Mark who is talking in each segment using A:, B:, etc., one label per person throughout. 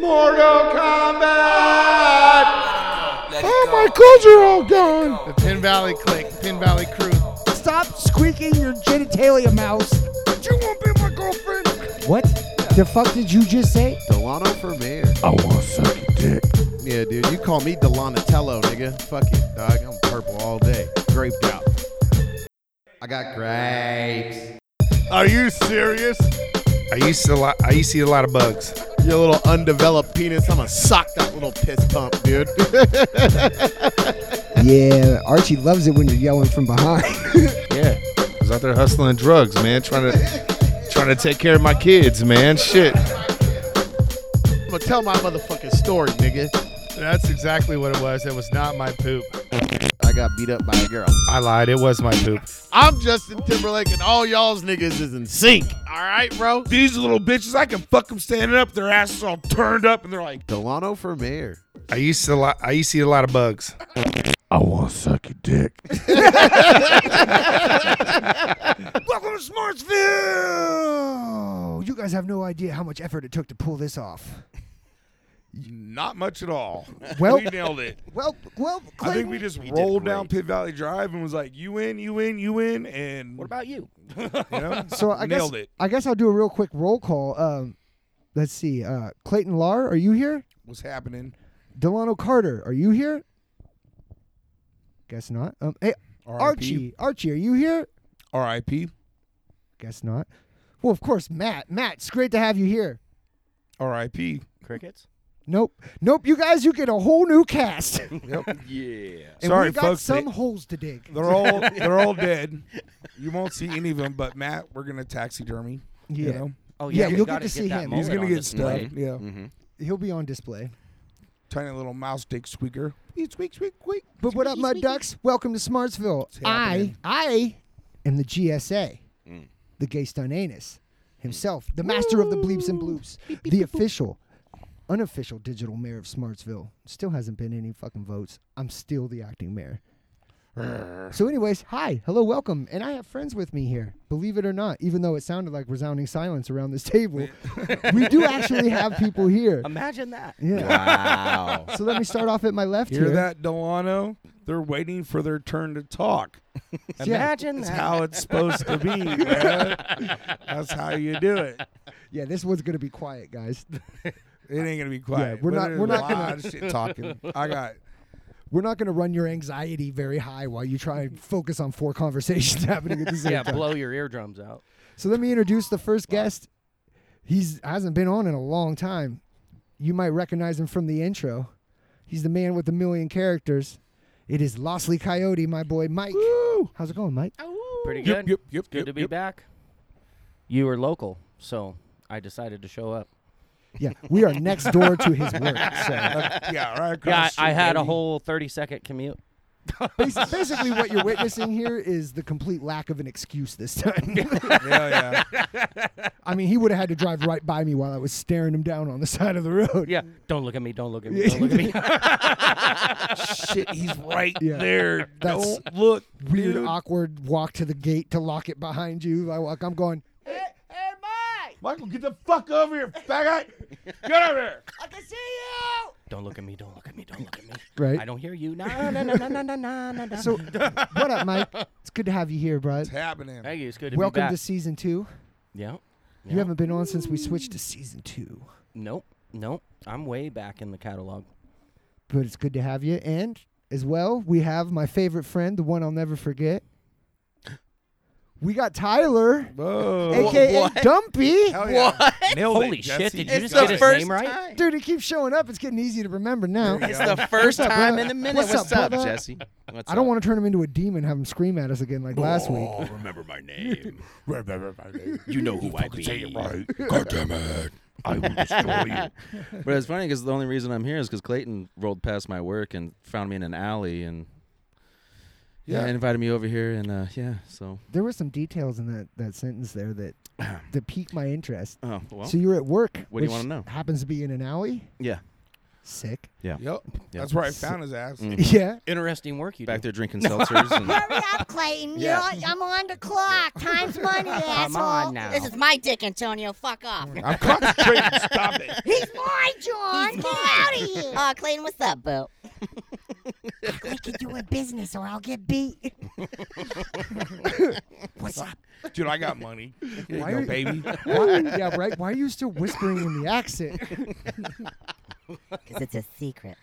A: Mortal Kombat!
B: Let it
A: Oh,
B: go.
A: my clothes are all gone.
C: The Pin Valley clique, Pin Valley crew.
D: Stop squeaking your genitalia, mouse.
A: But you won't be my girlfriend.
D: What the fuck did you just say?
C: Delano for mayor.
A: I want to suck your dick.
C: Yeah, dude, you call me Delonatello, nigga. Fuck it, dog. I'm purple all day. Graped out. I got grapes.
A: Are you serious? I used to lot. I used to eat a lot of bugs.
C: Your little undeveloped penis. I'ma sock that little piss pump, dude.
D: Yeah, Archie loves it when you're yelling from behind.
A: Yeah, I was out there hustling drugs, man, trying to trying to take care of my kids, man. Shit.
C: I'ma tell my motherfucking story, nigga.
E: That's exactly what it was. It was not my poop.
C: I got beat up by a girl.
E: I lied. It was my poop.
C: I'm Justin Timberlake, and all y'all's niggas is in sync. All right, bro.
A: These little bitches, I can fuck them standing up. Their asses all turned up, and they're like,
C: Delano for mayor.
E: I used to lot. I used to eat a lot of bugs.
A: "I want to suck your dick."
D: Welcome to Smartsville! You guys have no idea how much effort it took to pull this off.
B: Not much at all.
D: Well-
B: we nailed it.
D: Well, well,
B: I
D: Clayton,
B: think we just rolled down Pit Valley Drive and was like, "You win, you win, you win." And what about you? know?
D: so I
B: nailed
D: guess,
B: it.
D: I guess I'll do a real quick roll call. Um, let's see. Uh, Clayton Lar, are you here?
B: What's happening?
D: Delano Carter, are you here? Guess not. Um, hey,
B: RIP.
D: Archie, Archie, are you here?
B: R.I.P.
D: Guess not. Well, of course, Matt. Matt, it's great to have you here.
B: R.I.P.
F: Crickets?
D: Nope, nope. You guys, you get a whole new cast.
F: Yeah.
D: And
B: Sorry,
D: we got
B: folks.
D: some
B: they-
D: holes to dig.
B: They're all they're all dead. You won't see any of them. But Matt, we're gonna taxidermy.
D: Yeah,
B: You know,
F: Oh,
D: Yeah,
F: yeah. you
D: you'll
F: gotta
D: get to see
F: that
D: him.
F: mullet
B: he's gonna
F: on
B: get
F: display.
B: stuffed. Yeah,
D: he'll be on display.
B: tiny little mouse dick squeaker.
C: Squeak, squeak, squeak.
D: But what up, Mud Ducks? Welcome to Smartsville. I,
B: happening.
D: I am the GSA,
B: Mm.
D: the gay stun anus himself, the master of the bleeps and bloops, the official, unofficial digital mayor of Smartsville. Still hasn't been any fucking votes. I'm still the acting mayor. So, anyways, hi, hello, welcome, and I have friends with me here. Believe it or not, even though it sounded like resounding silence around this table, we do actually have people here.
F: Imagine that.
D: Yeah.
F: Wow.
D: So let me start off at my left
B: Hear
D: here.
B: that, Delano? They're waiting for their turn to talk.
F: Imagine
B: That's
F: that.
B: how it's supposed to be. man. That's how you do it.
D: Yeah, this one's gonna be quiet, guys.
B: It ain't gonna be quiet.
D: we're
B: but
D: not-
B: there's
D: we're
B: a
D: not
B: lot
D: gonna-
B: of shit talking. I got.
D: We're not gonna run your anxiety very high while you try and focus on four conversations happening at the same
F: yeah,
D: time.
F: blow your eardrums out.
D: So let me introduce the first guest. He's hasn't been on in a long time. You might recognize him from the intro. He's the man with a million characters. It is Lostly Coyote, my boy Mike. How's it going, Mike?
F: Pretty
B: Yep,
F: good.
B: yep, yep,
F: Good
B: yep,
F: to be
B: yep.
F: back. You were local, so I decided to show up.
D: Yeah, we are next door to his work. So
B: Yeah, right. Across
F: Yeah,
B: the
F: I, I
B: street,
F: had a
B: baby.
F: whole 30 second commute.
D: basi- basically, what you're witnessing here is the complete lack of an excuse this time.
B: Yeah, yeah.
D: I mean, he would have had to drive right by me while I was staring him down on the side of the road.
F: Yeah. Mm. Don't look at me. Don't look at me. Don't look at me.
B: Shit, he's right
D: Yeah.
B: there.
D: That's
B: Don't look
D: weird,
B: dude.
D: awkward walk to the gate to lock it behind you. I walk. I'm going.
A: Michael, get the fuck over here, faggot! Get over here!
F: Don't look at me. Don't look at me. Don't look at me.
D: Right.
F: I don't hear you. Nah, nah, nah, nah, nah, nah, nah, nah, nah.
D: So, what up, Mike? It's good to have you here, bro.
B: It's happening.
F: Thank you. It's good to be
D: Welcome
F: back.
D: to season two.
F: yeah.
D: You
F: Yeah.
D: haven't been on since we switched to season two,
F: Nope. Nope. I'm way back in the catalog.
D: but it's good to have you. And as well, we have my favorite friend, the one I'll never forget. We got Tyler,
B: Whoa.
D: aka Dumpy.
B: Hell yeah. Nailed it,
F: Holy shit!
B: Jesse.
F: Did you
G: It's
F: just
G: the
F: get his
G: first
F: name right?
G: time.
D: Dude, he keeps showing up. It's getting easy to remember now.
G: It's the first
D: up,
G: time
D: brother?
G: in a minute.
D: What's
G: What's,
D: up,
G: up,
D: brother?
G: Jesse? What's
D: I don't
G: up?
D: want to turn him into a demon, have him scream at us again like last week.
G: Oh, remember my name.
B: Remember my name.
G: You know who I
B: Fucking say it
G: be.
B: right. God damn it. I will destroy you.
G: But it's funny because the only reason I'm here is because Clayton rolled past my work and found me in an alley and yeah,
B: Yeah.
G: invited me over here and uh, yeah, so
D: There were some details in that, that sentence there that that piqued my interest.
G: oh well,
D: so you were at work.
G: what do you
D: which
G: wanna know?
D: Happens to be in an alley.
G: yeah.
D: Sick.
B: Yep.
G: Yeah.
B: That's where I found his ass.
G: Mm.
D: Yeah.
F: Interesting work you
G: Back
F: do.
G: there drinking seltzers. And,
H: Hurry up, Clayton.
G: Yeah.
H: You're, I'm on the clock. Time's money, asshole.
F: Come on now.
H: This is my dick, Antonio. Fuck off.
B: I'm concentrating. Stop it.
H: He's mine, John. Get out of here. Oh, Clayton, what's up, boo? Act like you're doing business or I'll get beat. what's up?
B: Dude, I got money. Here
D: Why
B: you
D: are
B: go,
D: you-
B: baby.
D: Why, yeah, right. Why are you still whispering in the accent?
H: Because it's a secret.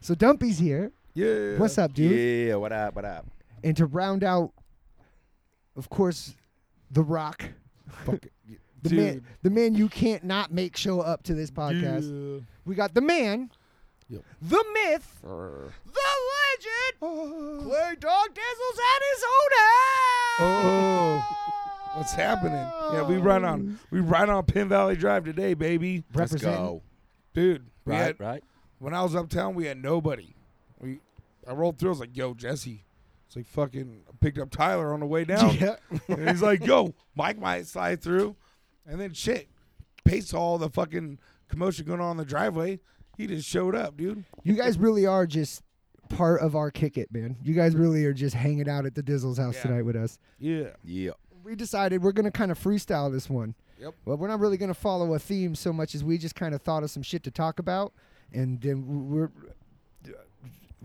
D: So Dumpy's here.
B: Yeah.
D: What's up, dude?
G: yeah, what up, what up?
D: And to round out, of course, The Rock. The man, the man you can't not make show up to this podcast. We got the man,
B: Yep.
D: the myth, the legend, Clay Dog Dizzle's at his own house.
B: Oh. What's happening? Yeah, we run on we ride on Pin Valley Drive today, baby.
G: Let's
D: Representing.
G: go.
B: Dude, we
G: Right,
B: had-
G: right.
B: when I was uptown, we had nobody. We I rolled through. I was like, "Yo, Jesse." It's like fucking I picked up Tyler on the way down.
D: Yeah.
B: And he's like, "Yo, Mike might slide through," and then shit, based on all the fucking commotion going on in the driveway, he just showed up, dude.
D: You guys really are just part of our kick it, man. You guys really are just hanging out at the Dizzle's house
B: Yeah.
D: tonight with us.
B: Yeah.
G: Yeah.
D: we decided we're gonna kind of freestyle this one.
B: Yep.
D: Well, we're not really gonna follow a theme so much as we just kind of thought of some shit to talk about, and then we're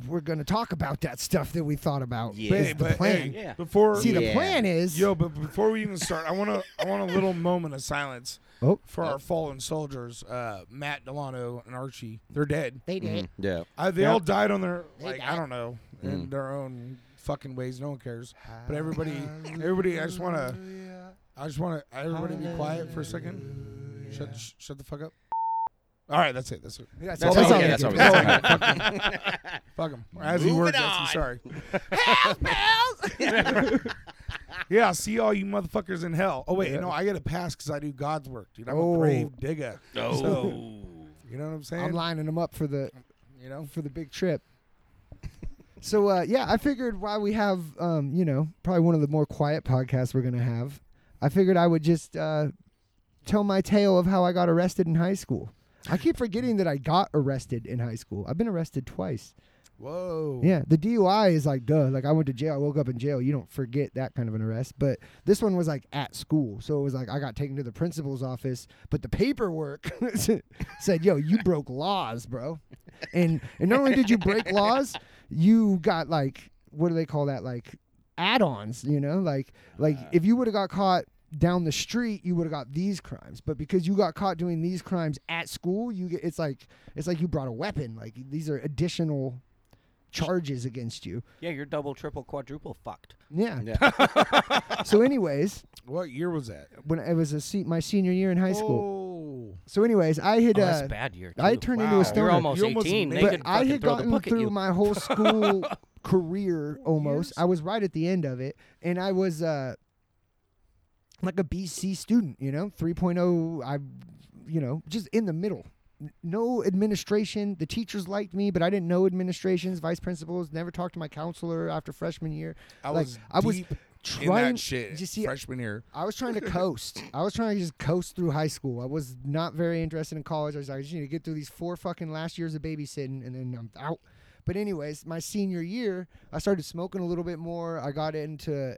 D: we're gonna talk about that stuff that we thought about.
G: Yeah.
D: is
B: Hey,
D: the
B: but
D: plan.
B: hey,
F: Yeah.
B: before
D: See, the
G: Yeah.
D: plan is
B: yo, but before we even start, I wanna I want a little moment of silence
D: Oh.
B: for our fallen soldiers, uh, Matt Delano and Archie. They're dead.
H: They did.
G: Yeah.
B: I, they all died on their like I
H: died.
B: don't know
D: Mm.
B: in their own fucking ways. No one cares.
D: Ah.
B: But everybody, everybody, I just want to, I just want to, everybody be quiet for a second. Shut, sh- shut the fuck up. All right, that's it. That's it.
D: that's,
B: all
D: all
B: we
D: we
B: get,
D: get.
B: that's all we
D: That's all we
B: get.
D: get.
B: Fuck them. As you were, Jesse. Sorry. Yeah, see all you motherfuckers in hell. Oh wait, no, I get a pass because I do God's work, dude. I'm a
D: Oh.
B: brave digger. So, you know what I'm saying?
D: I'm lining them up for the
B: you know,
D: for the big trip. so uh, yeah, I figured while we have um, you know probably one of the more quiet podcasts we're gonna have, I figured I would just uh, tell my tale of how I got arrested in high school. I keep forgetting that I got arrested in high school. I've been arrested twice.
B: whoa.
D: Yeah, the DUI is like duh. Like I went to jail. I woke up in jail. You don't forget that kind of an arrest. But this one was like at school, so it was like I got taken to the principal's office. But the paperwork said, "Yo, you broke laws, bro." And and not only did you break laws, you got like what do they call that? Like add-ons. You know, like like if you would have got caught down the street, you would have got these crimes. But because you got caught doing these crimes at school, you get it's like it's like you brought a weapon. Like these are additional charges against you.
F: Yeah, you're double, triple, quadruple fucked.
D: Yeah. so, anyways,
B: What year was that?
D: when it was a se- my senior year in high school.
B: Oh.
D: So, anyways, I had
F: Oh,
D: uh,
F: that's a bad year.
D: I
F: too.
D: turned
B: Wow.
D: into
B: You're
D: a stoner,
F: You're almost
B: You almost
F: 18.
B: made
F: they
D: but
F: could
D: I
F: fucking
D: had
F: throw the
D: gotten
F: book at
D: through
F: you.
D: my whole school career almost. I was right at the end of it, and I was uh, like a BC student, you know, 3.0. I, you know, just in the middle. N- No administration. The teachers liked me, but I didn't know administrations, vice principals. Never talked to my counselor after freshman year.
B: I
D: Like,
B: was
D: I was
B: deep in
D: trying-
B: that shit
D: you see, uh,
B: freshman year.
D: I was trying to coast. I was trying to just coast through high school. I was not very interested in college. I was like, I just need to get through these four fucking last years of babysitting and then I'm out. But anyways, my senior year, I started smoking a little bit more. I got into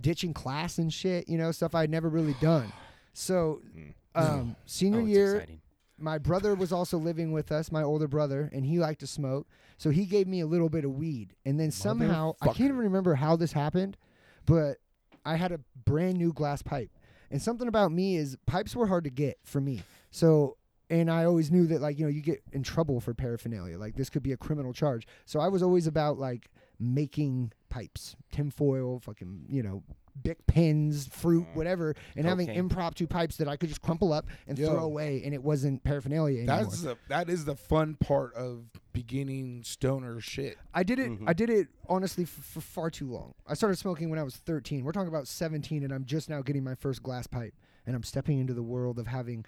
D: ditching class and shit, you know, stuff I'd never really done. So
B: Hmm.
D: um, senior
F: Oh, it's
D: year,
F: exciting.
D: my brother was also living with us, my older brother, and he liked to smoke. So he gave me a little bit of weed. And then somehow, I can't even remember how this happened, but I had a brand new glass pipe. And something about me is pipes were hard to get for me. So, and I always knew that, like, you know, you get in trouble for paraphernalia. Like, this could be a criminal charge. So I was always about, like, making pipes, tinfoil, fucking, you know, Bic pins, fruit, whatever, and having
F: Cocaine.
D: impromptu pipes that I could just crumple up and
B: Yo.
D: throw away, and it wasn't paraphernalia anymore.
B: That's the that is the fun part of beginning stoner shit.
D: I did it.
B: Mm-hmm.
D: I did it honestly for, for far too long. I started smoking when I was 13. We're talking about 17, and I'm just now getting my first glass pipe, and I'm stepping into the world of having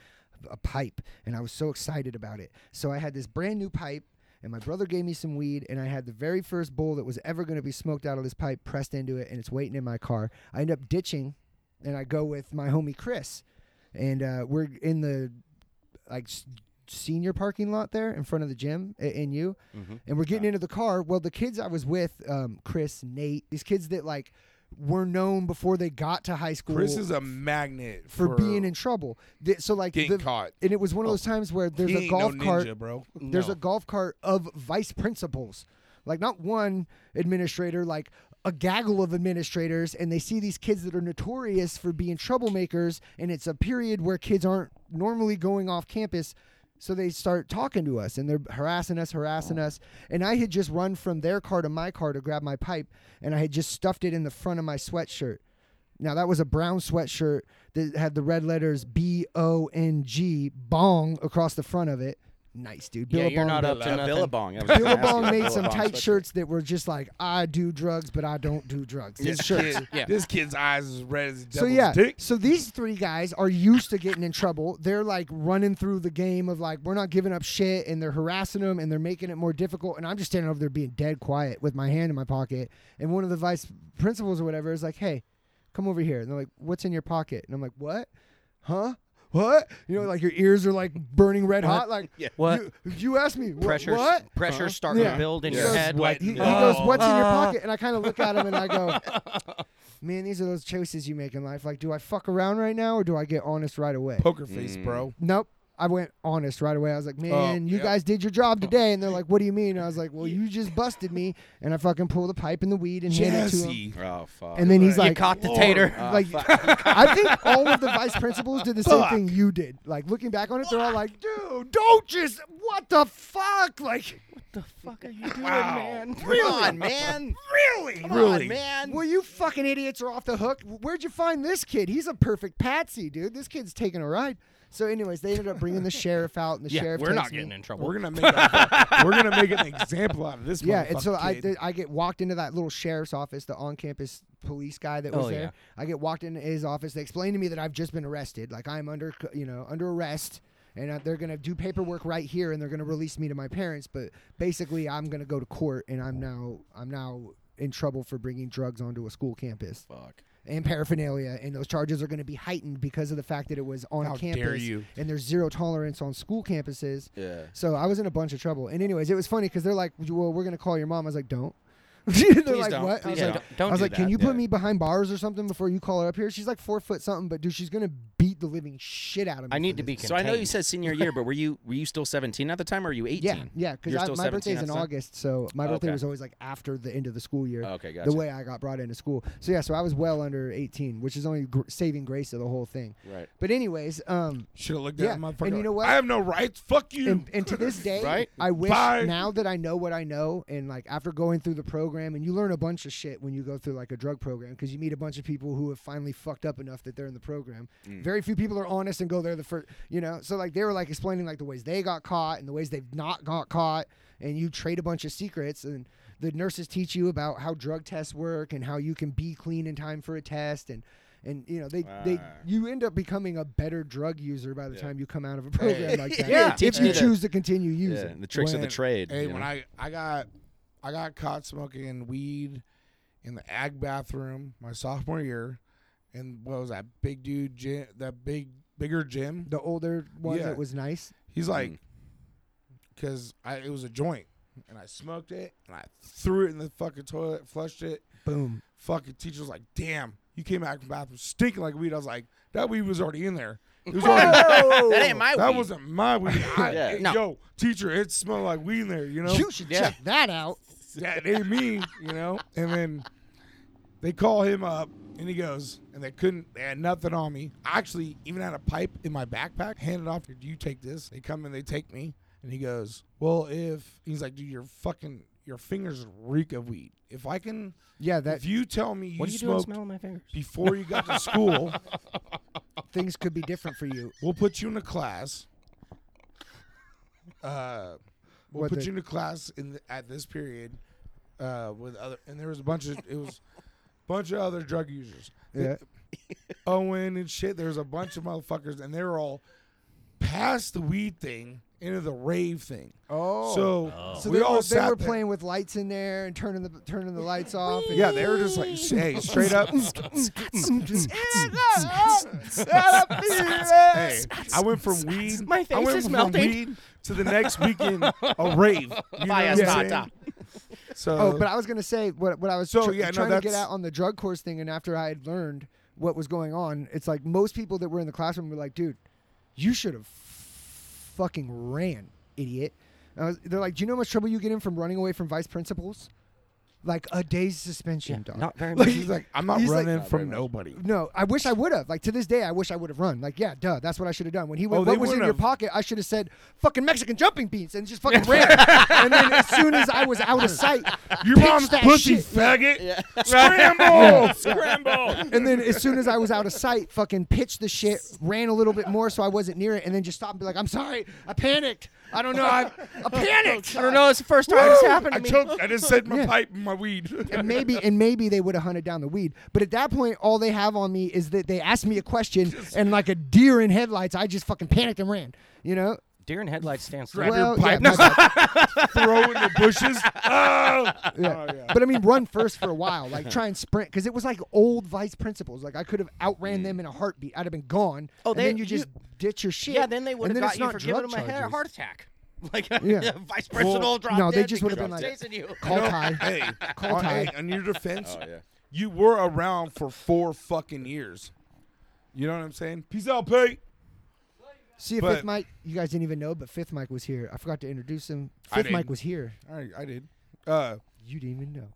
D: a pipe, and I was so excited about it. So I had this brand new pipe, and my brother gave me some weed, and I had the very first bowl that was ever going to be smoked out of this pipe pressed into it, and it's waiting in my car. I end up ditching, and I go with my homie Chris, and uh, we're in the like s- senior parking lot there in front of the gym a- and you
B: Mm-hmm.
D: and we're getting into the car well the kids i was with um, chris nate these kids that like were known before they got to high school
B: Chris is a magnet
D: for, being in trouble Th- so like
B: getting
D: the-
B: caught. Oh,
D: and it was one of those times where there's
B: He
D: a
B: ain't
D: golf
B: no
D: cart
B: ninja, bro.
D: there's a golf cart of vice principals like not one administrator like a gaggle of administrators and they see these kids that are notorious for being troublemakers and it's a period where kids aren't normally going off campus so they start talking to us and they're harassing us harassing us and i had just run from their car to my car to grab my pipe and i had just stuffed it in the front of my sweatshirt now that was a brown sweatshirt that had the red letters B O N G bong across the front of it. Nice dude.
F: Yeah, you're
D: Billabong
F: not
D: did-
F: up to
G: Uh,
F: nothing.
G: Billabong. I was gonna ask
D: Billabong
G: you.
D: made some
G: Billabong
D: tight
G: sweatshirt.
D: shirts that were just like, I do drugs, but I don't do drugs. These
B: This
D: shirts.
B: kid-
F: Yeah.
B: This kid's eyes is red as a
D: So
B: devil's
D: yeah,
B: dick.
D: so these three guys are used to getting in trouble. They're like running through the game of like we're not giving up shit, and they're harassing them, and they're making it more difficult. And I'm just standing over there being dead quiet with my hand in my pocket. And one of the vice principals or whatever is like, "Hey, come over here." And they're like, "What's in your pocket?" And I'm like, "What? Huh?" What you know? Like your ears are like burning red hot. Like
F: What?
D: You, you asked me wh-
F: Pressure's,
D: What?
F: pressure's starting
D: Yeah.
F: to build in
D: He
F: your
D: goes,
F: head.
D: He, he
B: Oh.
D: goes, "What's in your pocket?" And I kind of look at him and I go, "Man, these are those choices you make in life. Like, do I fuck around right now or do I get honest right away?"
B: Poker face, bro.
D: Nope. I went honest right away. I was like, "Man, you
B: yep.
D: guys did your job today." And they're like, "What do you mean?" And I was like, "Well, you just busted me." And I fucking pulled the pipe and the weed and handed it to him.
B: Jesse.
G: Oh fuck.
D: And then he's
F: You
D: like,
F: caught the tater.
D: like I think all of the vice principals did the same thing you did. Like looking back on it, they're all like, "Dude, don't just what the fuck!" Like,
F: fuck are you doing, man?
G: Come on, man.
D: really?
B: Really?
G: man.
D: Well, you fucking idiots are off the hook. Where'd you find this kid? He's a perfect patsy, dude. This kid's taking a ride. So, anyways, they ended up bringing the sheriff out, and the
F: Yeah,
D: sheriff.
F: we're not
D: takes me.
F: getting in trouble.
B: We're gonna make a, we're gonna make an example out of this.
D: Yeah, and so
B: motherfucking
D: I
B: kid.
D: th- I get walked into that little sheriff's office, the on-campus police guy that was
F: Oh,
D: there.
F: yeah.
D: I get walked into his office. They explain to me that I've just been arrested, like I'm under, c- you know, under arrest, and uh, they're gonna do paperwork right here, and they're gonna release me to my parents. But basically, I'm gonna go to court, and I'm now I'm now in trouble for bringing drugs onto a school campus
G: Fuck.
D: and paraphernalia, and those charges are going to be heightened because of the fact that it was on
B: How dare
D: campus,
B: you.
D: and there's zero tolerance on school campuses.
G: Yeah.
D: So I was in a bunch of trouble. And anyways, it was funny because they're like, "Well, we're going to call your mom." I was like, "Don't." they're like,
G: don't.
D: "What?" I
G: Please
D: was
F: Yeah,
D: like,
F: don't, don't
D: I was
F: do
D: like,
F: that.
D: "Can you
G: yeah.
D: put me behind bars or something before you call her up here?" She's like four foot something, but dude, she's going to beat the living shit out of me.
F: I
D: for
F: need to
D: this.
F: be. Contained.
G: So I know you said senior year, but were you were you still 17 at the time, or were you 18?
D: Yeah, yeah, because
G: You're still
D: my
G: 17
D: birthday's
G: at
D: in
G: the time?
D: August, so my birthday
G: Oh, Okay.
D: was always like after the end of the school year.
G: Okay, gotcha.
D: The way I got brought into school, so yeah, so I was well under 18, which is only gr- saving grace of the whole thing.
G: Right.
D: But anyways, um,
B: should have looked
D: yeah,
B: at that motherfucker.
D: and you know
B: like,
D: what?
B: I have no rights. Fuck you.
D: and, and to this day,
G: Right?
D: I wish
B: Bye.
D: now that I know what I know, and like after going through the program, and you learn a bunch of shit when you go through like a drug program because you meet a bunch of people who have finally fucked up enough that they're in the program.
B: Mm.
D: Very few people are honest and go there the first, you know. So like they were like explaining like the ways they got caught and the ways they've not got caught, and you trade a bunch of secrets and. The nurses teach you about how drug tests work and how you can be clean in time for a test, and and you know they they you end up becoming a better drug user by the time you come out of a program like that.
G: Yeah,
D: if
G: teach
D: you
G: me the-
D: choose to continue
G: Yeah.
D: using.
G: and The tricks of
B: When-
G: the trade.
B: Hey,
G: you
B: when
G: know?
B: I I got I got caught smoking weed in the ag bathroom my sophomore year, and what was that big dude? Jim, that big bigger Jim.
D: The older one
B: Yeah.
D: that was nice.
B: He's like,
G: Mm.
B: because I it was a joint, and I smoked it, and I threw it in the fucking toilet, flushed it.
D: Boom.
B: Fucking teacher was like, "Damn, you came out from the bathroom stinking like weed." I was like, "That weed was already in there." It was already,
G: that ain't my.
B: that
G: weed.
B: wasn't my weed. I,
G: Yeah.
B: it-
F: No.
B: Yo, teacher, it smelled like weed in there. You
G: Oh.
B: know,
D: You should check that out.
B: that ain't me, you know? And then they call him up and he goes, and they couldn't, they had nothing on me. I actually even had a pipe in my backpack, handed off, do you take this? They come and they take me. And he goes, well, if, he's like, dude, your fucking, your fingers reek of weed. If I can,
D: Yeah, that
B: if you tell me you
F: What are you doing
B: smoked
F: smelling my fingers?
B: before you got to school,
D: things could be different for you.
B: we'll put you in a class. Uh, we'll
D: What
B: put
D: the-
B: you in a class in the, at this period uh, with other, and there was a bunch of it was a bunch of other drug users,
D: Yeah.
B: Owen and shit. There was a bunch of motherfuckers, and they were all past the weed thing into the rave thing.
D: Oh.
B: So,
D: So
B: we
D: they
B: all
D: were, they
B: sat
D: were
B: there.
D: playing with lights in there and turning the turning the lights off. And
B: Yeah, they were just like, hey, straight up. hey, I went from weed.
F: My
B: I
F: face
B: went
F: is
B: from
F: melting.
B: weed to the next weekend a rave. You know
F: Fire
B: what I'm
F: starter.
B: saying? So,
D: Oh, but I was gonna say what what I was
B: Uh-huh. So,
D: tr-
B: yeah, no,
D: trying to get
B: that's-
D: out on the drug course thing, and after I had learned what was going on, it's like most people that were in the classroom were like, "Dude, you should have fucking ran, idiot." And I was, they're like, "Do you know how much trouble you get in from running away from vice principals? Like a day's suspension, dog."
F: Not very much.
B: like, he's like, I'm not
D: He's like-
B: running from nobody.
D: No, I wish I would have. Like to this day, I wish I would have run. Like, yeah, duh, that's what I should have done. When he went,
B: Oh, they
D: what was in
B: wouldn't
D: your
B: have.
D: pocket? I should have said, "Fucking Mexican jumping beans," and just fucking ran. and then as soon as I was out of sight,
B: Your
D: pitch
B: mom's
D: that
B: pussy
D: shit.
B: faggot. Scramble! Scramble!
D: And then as soon as I was out of sight, fucking pitched the shit, ran a little bit more so I wasn't near it, and then just stopped and be like, I'm sorry, I panicked. I don't know, I, I panicked.
F: I don't know. It's the first time it's happened
B: I
F: to me.
B: choked. I just said my
D: Yeah.
B: pipe and my weed.
D: And maybe and maybe they would have hunted down the weed. But at that point, all they have on me is that they asked me a question, and like a deer in headlights, I just fucking panicked and ran. You know?
F: Deer in headlights stands still.
B: Grab your
D: Well, yeah,
B: pipe.
D: my bad.
B: Throw in the bushes. Oh!
D: Yeah. But I mean, run first for a while, like try and sprint, because it was like old vice principals. Like I could have
B: Mm.
D: outran them in a heartbeat. I'd have been gone.
F: Oh,
D: and
F: they-
D: then you just
F: you-
D: ditch your shit.
F: Yeah, then they
D: and
F: would have
D: then
F: got
D: it's
F: you
D: not
F: for
D: drug
F: giving them a hair-
D: charges.
F: heart attack. Like
D: Yeah.
F: vice principal dropped
D: no, they
F: dead
D: just would have
F: because
D: been like-
F: I was chasing you.
D: Call Ty.
B: Hey,
D: Call
B: on,
D: Ty.
B: hey, on your defense,
G: Oh, yeah.
B: you were around for four fucking years. You know what I'm saying? Peace out, Pete.
D: See if
B: But-
D: Fifth Mike. You guys didn't even know, but Fifth Mike was here. I forgot to introduce him.
B: I
D: Fifth Mike
B: didn't.
D: was here.
B: All right, I did. Uh,
D: You didn't even know.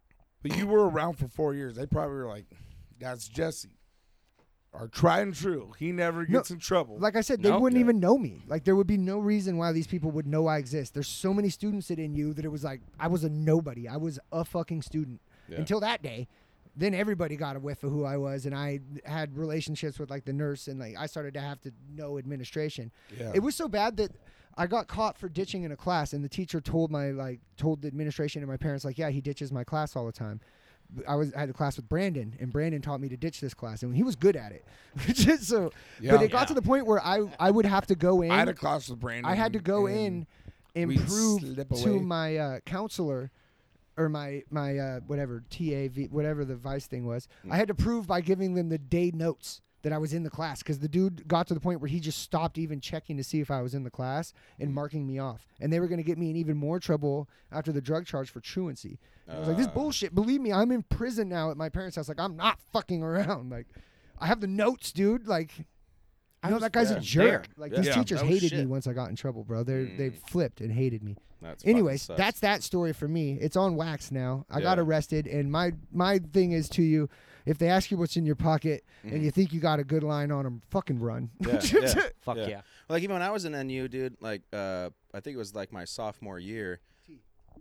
B: but you were around for four years. They probably were like, "That's Jesse, our tried and true. He never
D: No,
B: gets in trouble."
D: Like I said, they
G: No.
D: wouldn't
G: Yeah.
D: even know me. Like there would be no reason why these people would know I exist. There's so many students that in you that it was like I was a nobody. I was a fucking student
G: Yeah.
D: until that day. Then everybody got a whiff of who I was, and I had relationships with like the nurse, and like I started to have to know administration.
B: Yeah.
D: It was so bad that I got caught for ditching in a class, and the teacher told my like told the administration and my parents like, yeah, he ditches my class all the time. I was I had a class with Brandon, and Brandon taught me to ditch this class, and he was good at it. Just so,
B: Yeah.
D: but it got to the point where I I would have to go in.
B: I had a class with Brandon.
D: I had to go
B: and-
D: in,
B: we'd
D: improve
B: slip away.
D: to my uh, counselor or my my uh, whatever TAV whatever the vice thing was.
B: Mm.
D: I had to prove by giving them the day notes that I was in the class because the dude got to the point where he just stopped even checking to see if I was in the class and
B: Mm.
D: marking me off. And they were going to get me in even more trouble after the drug charge for truancy. And I was like,
B: Ah.
D: this bullshit. Believe me, I'm in prison now at my parents' house. Like I'm not fucking around. Like I have the notes, dude. Like. I know that guy's a jerk. Like
G: Yeah.
D: these
G: Yeah.
D: teachers
G: Oh,
D: hated me
G: shit.
D: once I got in trouble, bro. They they flipped and hated me.
G: That's fucking
D: Anyways,
G: sucks.
D: that's that story for me. It's on wax now. I got
G: Yeah.
D: arrested, and my my thing is to you, if they ask you what's in your pocket and you think you got a good line on them, fucking run.
G: Mm-hmm. Yeah, yeah,
F: Fuck yeah.
G: Like even when I was in NU, dude. Like uh, I think it was like my sophomore year.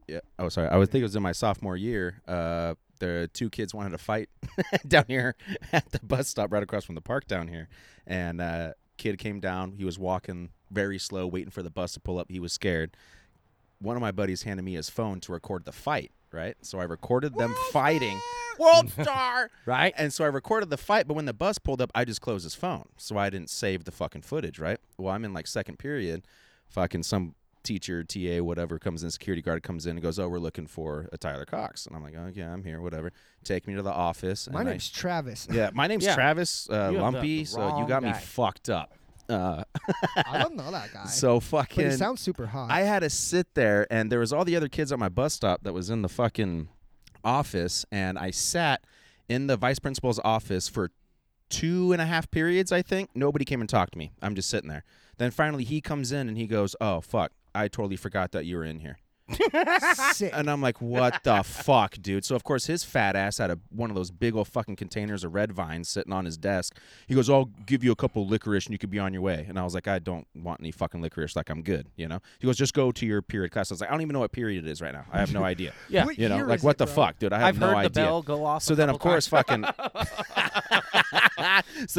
G: Yeah. Oh, sorry. I was think it was in my sophomore year. Uh, the two kids wanted to fight down here at the bus stop right across from the park down here, and uh, kid came down. He was walking very slow, waiting for the bus to pull up. He was scared. One of my buddies handed me his phone to record the fight. Right. So I recorded them fighting. World star.
F: Right?
G: And so I recorded the fight, but when the bus pulled up, I just closed his phone. So I didn't save the fucking footage, right? Well, I'm in like second period. Fucking some teacher, TA, whatever comes in, security guard comes in and goes, Oh, we're looking for a Tyler Cox. And I'm like, Oh, yeah, I'm here, whatever. Take me to the office.
D: My
G: and I-
D: name's Travis.
G: yeah, my name's
F: Yeah.
G: Travis uh,
F: You have the
G: Lumpy, so you
F: wrong
G: got me
F: guy.
G: fucked up. Uh,
D: I don't know that guy.
G: so
D: but
G: fucking.
D: he sounds super hot.
G: I had to sit there, and there was all the other kids at my bus stop that was in the fucking office, and I sat in the vice principal's office for two and a half periods. I think nobody came and talked to me. I'm just sitting there. Then finally, he comes in and he goes, "Oh fuck, I totally forgot that you were in here."
D: Sick.
G: And I'm like, what the fuck, dude? So of course his fat ass had a one of those big old fucking containers of red vines sitting on his desk. He goes, I'll give you a couple licorice and you could be on your way. And I was like, I don't want any fucking licorice, like I'm good, you know? He goes, just go to your period class. I was like, I don't even know what period it is right now. I have no idea.
F: Yeah.
D: What
G: You know,
D: year
G: like
D: is
G: what
D: it,
G: the
D: bro?
G: fuck, dude? I have
F: I've
G: no
F: heard
G: idea.
F: the bell go off.
G: So
F: a
G: then, of
F: couple
G: course,
F: times.
G: fucking. so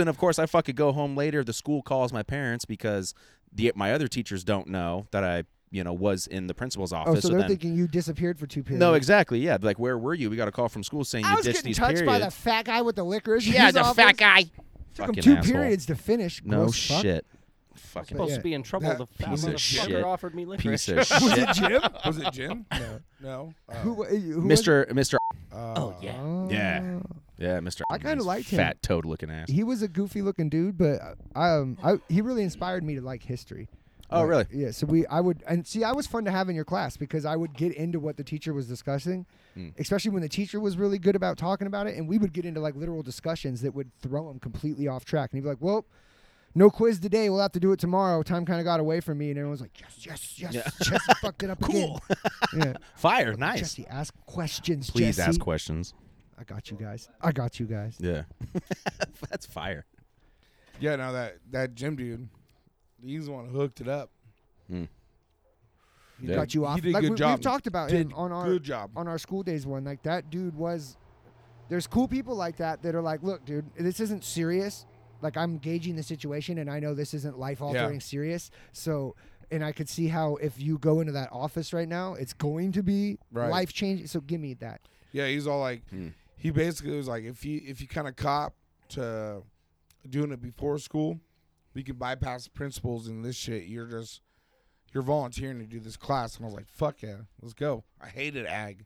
G: then, of course, I fucking go home later. The school calls my parents because the my other teachers don't know that I, you know, was in the principal's
D: Oh,
G: office.
D: so they're
G: then,
D: thinking you disappeared for two periods.
G: no, exactly. Yeah, like where were you? We got a call from school saying
D: I
G: you
D: was
G: ditched
D: getting
G: these
D: touched
G: periods.
D: by the fat guy with the licorice.
H: Yeah, the fat guy.
D: Took him
G: Fucking
D: two
G: asshole.
D: periods to finish.
G: No
D: Gross fuck.
G: shit. Fucking
F: supposed
D: yeah.
F: to be in trouble.
B: That
F: the fat
G: piece of
F: motherfucker
G: shit.
F: offered me liquor.
G: piece of
B: Was
G: shit.
B: it Jim? Was it Jim? No. No. Uh,
D: Who, wa- who was it?
G: Mr. Mr.
F: Oh yeah.
G: Yeah.
D: Oh.
G: Yeah, Mr.
D: I kinda
G: His
D: liked him.
G: Fat toad looking ass.
D: He was a goofy looking dude, but I, um, I, he really inspired me to like history.
G: Oh,
D: Like,
G: really?
D: Yeah. So we, I would, and see, I was fun to have in your class because I would get into what the teacher was discussing,
G: Hmm.
D: especially when the teacher was really good about talking about it, and we would get into like literal discussions that would throw him completely off track, and he'd be like, "Well." No quiz today. We'll have to do it tomorrow. Time kind of got away from me, and everyone's like, "Yes, yes, yes, Jesse fucked it up
G: Cool.
D: again." Yeah,
G: Fire. Nice.
D: Jesse, ask questions.
G: Please
D: Jesse.
G: ask questions.
D: I got you guys. I got you guys.
G: Yeah. That's fire.
B: yeah, no, that, that Jim dude, he's the one who hooked it up.
D: He
G: Yeah.
D: got you off.
B: did a
D: like
B: good
D: we,
B: job.
D: We've talked about him
B: Did
D: on our
B: good job.
D: on our school days one. Like that dude was. There's cool people like that that are like, look, dude, this isn't serious. Like I'm gauging the situation, and I know this isn't life altering
B: Yeah.
D: serious. So, and I could see how if you go into that office right now, it's going to be
B: Right.
D: life changing. So give me that.
B: Yeah, he's all like,
G: Hmm.
B: he basically was like, if you if you kind of cop to doing it before school, we can bypass principals and this shit. You're just you're volunteering to do this class, and I was like, fuck yeah, let's go. I hated ag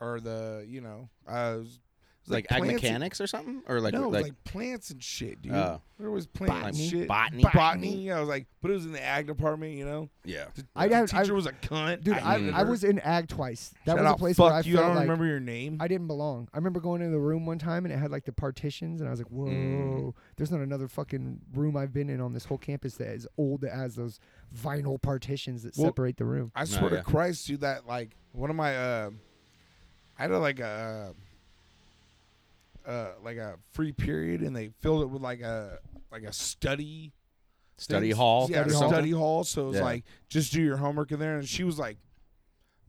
B: or the you know I was, it was
G: Like, ag
B: plants and-
G: mechanics or something? Or like,
B: no, it was
G: like,
B: like plants and shit, dude.
G: Oh.
B: there was plants
G: Botany?
B: and shit,
G: Botany?
B: botany. I was like, but it was in the ag department, you know.
G: yeah.
B: The,
D: I
B: the
D: had- I-
B: teacher was a cunt,
D: Dude, I,
G: hated
D: I,
G: her.
D: was in ag twice. That
B: Shout
D: was a
B: out,
D: place
B: fuck
D: where I
B: you.
D: felt
B: I don't
D: like
B: remember your name.
D: I didn't belong. I remember going into the room one time and it had like the partitions, and I was like,
B: Mm.
D: "Whoa, there's not another fucking room I've been in on this whole campus that is old that has those vinyl partitions that
B: Well-
D: separate the room."
B: I swear
G: yeah.
B: to Christ, dude, that like one of my uh, I had a, like a uh, like a free period, and they filled it with like a like a study
G: Study
B: things.
G: hall
B: yeah,
G: or
B: study
G: something?
B: hall. So it was
G: Yeah.
B: like just do your homework in there, and she was like,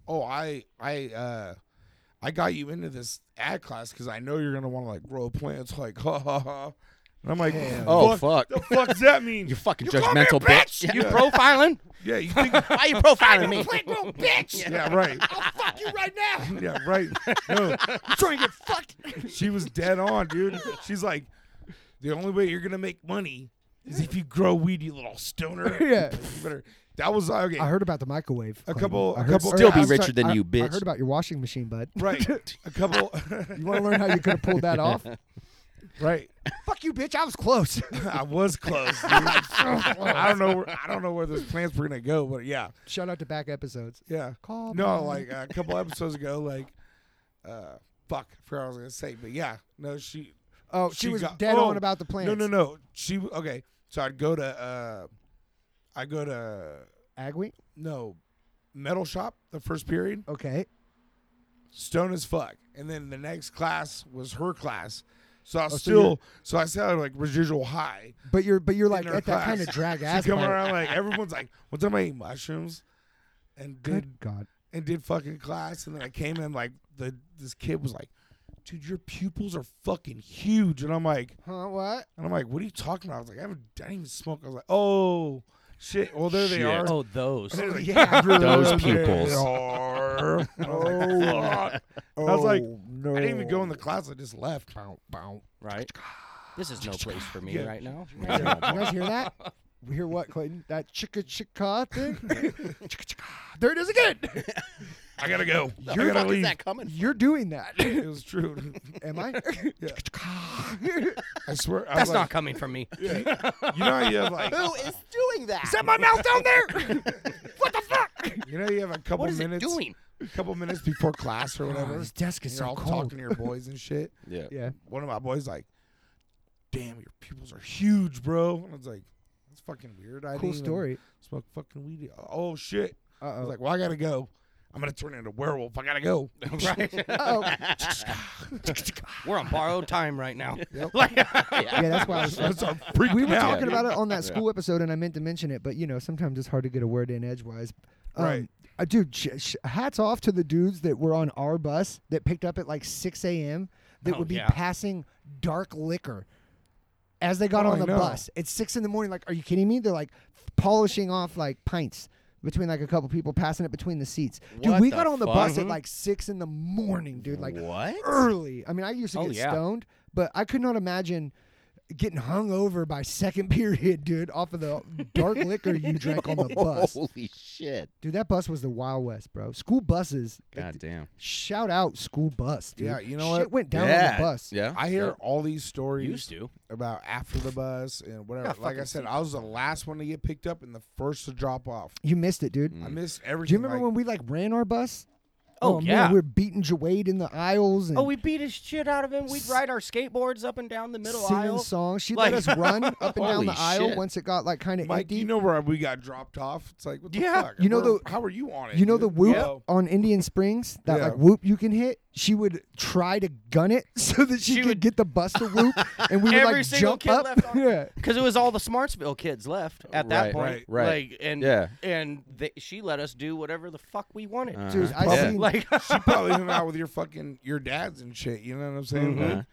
B: "Oh, I I uh." I got you into this ad class because I know you're gonna want to like grow plants, like ha ha ha. And I'm like,
G: Oh,
B: fuck,
G: fuck.
B: the fuck does that mean?
G: You fucking
B: You call me a
G: judgmental bitch.
B: bitch?
G: You
B: Yeah.
G: profiling?
B: yeah, you think
G: Why you profiling me?
B: bitch. Yeah, right. I'll fuck you right now. Yeah, right. No, I'm trying to get fucked. She was dead on, dude. She's like, the only way you're gonna make money is if you grow weed, you little stoner.
D: Yeah.
B: You better- That was uh, okay.
D: I heard about the microwave.
B: A
D: Clayton.
B: couple-
D: I
B: a
D: heard-
B: couple-
D: or
G: Still
D: I
G: be
D: was
G: richer
D: trying-
G: than
D: I-
G: you,
D: I
G: bitch.
D: heard about your washing machine, bud.
B: Right. A couple.
D: You want to learn how you could have pulled that off?
B: right.
D: Fuck you, bitch! I was close.
B: I was close. Dude. I don't know. Where, I don't know where those plants were gonna go, but yeah,
D: Shout out to back episodes.
B: yeah.
D: Call
B: No,
D: back.
B: like a couple episodes ago, like, uh, fuck, I forgot what I was gonna say, but yeah, no, she.
D: Oh, she, was
B: got-
D: dead
B: oh,
D: on about the plants.
B: No, no, no. She okay. So I'd go to uh, I go to
D: Agwee.
B: no, metal shop the first period,
D: Okay.
B: stone as fuck, and then the next class was her class. So I was
D: Oh, so
B: still,
D: you're-
B: so, I sounded like residual high.
D: But you're but you're like
B: her
D: at that kind of
B: class.
D: drag
B: She
D: ass.
B: come
D: part.
B: around like everyone's like, "What's up? I eat mushrooms," and
D: Good
B: did
D: God.
B: and did fucking class, and then I came in like the this kid was like, "Dude, your pupils are fucking huge," and I'm like,
D: Huh? What?
B: And I'm like, what are you talking about? I was like, I, haven't, I didn't even smoke. I was like, oh, shit. Well, there they are.
F: Oh, those.
B: They're like, yeah,
G: Those
B: there
G: pupils.
B: they are. And I was like, fuck. I was like, I didn't even go in the class. I just left. Bow, bow.
F: Right. This is no place for me
B: Yeah.
F: right now.
D: You guys hear that? We hear what, Clayton? That chicka chicka thing? Chicka chicka. there it is again.
B: I gotta go. I
G: Where the
B: gotta
G: fuck is
B: leave.
G: that coming?
D: You're doing that.
B: It was true.
D: Am I?
B: I swear. I was
F: That's not
B: like,
F: coming from me.
B: You know, how you have like,
G: Who is doing that?
D: Set my mouth down there. what the fuck?
B: you know, you have a couple
F: What is it
B: minutes,
F: doing?
B: a couple minutes before class or
D: Oh,
B: whatever.
D: this desk is
B: you're
D: so
B: all
D: cold.
B: talking to your boys and shit.
G: Yeah.
D: Yeah.
B: One of my boys like, damn, your pupils are huge, bro. And I was like, that's fucking weird. I didn't
D: Cool
B: even-
D: story.
B: smoke fucking weed. Oh shit!
D: Uh
B: I was
D: oh.
B: like, well, I gotta go. I'm gonna turn into a werewolf. I gotta go.
F: We're on borrowed time right now.
D: Yeah, that's why I was.
B: That's a freak.
D: we were
B: out.
D: talking about it on that school episode, and I meant to mention it, but you know, sometimes it's hard to get a word in edgewise. Um,
B: Right.
D: uh, dude, sh- sh- hats off to the dudes that were on our bus that picked up at like 6 a.m. that
F: Oh,
D: would be
F: yeah.
D: passing dark liquor as they got
B: Oh,
D: on
B: I
D: the
B: know.
D: bus. It's 6 in the morning. Like, are you kidding me? They're like polishing off like pints between like a couple people, passing it between the seats. Dude,
G: What
D: we
G: the
D: got on the bus
G: fuck?
D: at like 6 in the morning, dude. Like,
G: What?
D: early. I mean, I used to
F: Oh,
D: get
F: yeah.
D: stoned, but I could not imagine getting hung over by second period, dude, off of the dark liquor you drank on the bus.
G: Holy shit.
D: Dude, that bus was the Wild West, bro. School buses.
G: God damn.
D: Shout out school bus, dude.
B: Yeah, you know
D: Shit
B: what?
D: went down on
G: yeah.
D: the bus.
G: Yeah.
B: I hear all these stories.
G: Used to.
B: about after the bus and whatever. like I
F: fucking
B: said, I was the last one to get picked up and the first to drop off.
D: You missed it, dude.
G: Mm.
B: I missed everything.
D: Do you remember
B: like,
D: when we like ran our bus?
F: Oh,
D: man,
F: yeah.
D: we were beating Jawade in the aisles and
F: Oh, we beat his shit out of him. We'd ride our skateboards up and down the middle
D: singing
F: aisle.
D: songs. She
F: Like-
D: let us run up and down
G: Holy
D: the aisle
G: shit.
D: once it got like kind of
B: Mike,
D: empty.
B: you know where we got dropped off? It's like, what the
F: Yeah.
B: fuck?
D: You know
B: Where-
D: the-
B: how are you on it?
D: You know the
B: dude?
D: whoop
B: Hello?
D: on Indian Springs, that
B: Yeah.
D: like whoop you can hit. She would try to gun it so that she,
F: She
D: could
F: would-
D: get the bus to whoop, and we would
F: Every
D: like
F: single
D: jump
F: kid
D: up.
F: left on-
D: yeah,
F: Because it was all the Smartsville kids left at that
G: Right,
F: point.
B: right,
G: right.
F: Like, and
G: Yeah.
F: and they, she let us do whatever the fuck we wanted.
G: Uh-huh.
D: dude, I
G: Yeah.
D: seen
F: Like,
B: She probably hung out with your fucking your dads and shit. You know what I'm saying?
F: Mm-hmm.
G: Mhm.
B: Like,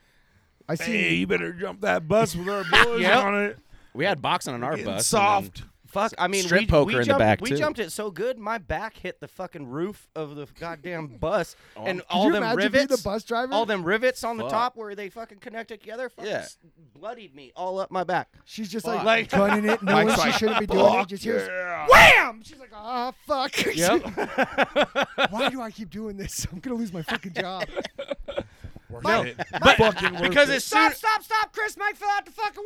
D: I seen
B: hey, you better jump that bus with our boys
F: Yep.
B: on it.
G: We had boxing on our
B: Getting
G: bus. and
B: soft.
F: fuck. I mean,
G: Strip
F: we,
G: poker
F: we
G: in the
F: jumped,
G: back,
F: We
G: too.
F: jumped it so good, my back hit the fucking roof of the goddamn bus, and
D: Could
F: all
D: you
F: them
D: imagine being
F: rivets.
D: the bus driver?
F: all them rivets on
G: Fuck.
F: the top where they fucking connected together fucking
G: Yeah.
F: s- bloodied me all up my back.
D: She's just
G: Fuck.
D: like,
F: Like-
D: gunning it, knowing
B: Mike's
D: she
B: like,
D: shouldn't be doing it.
B: Fuck
D: Just hears
B: yeah.
D: wham! She's like, ah, fuck. Why do I keep doing this? I'm gonna lose my fucking job.
B: Worth
F: No,
B: it.
F: but-
B: Fucking worth
F: because
B: it.
F: as soon
D: stop, stop, Chris! Mike fell out the fucking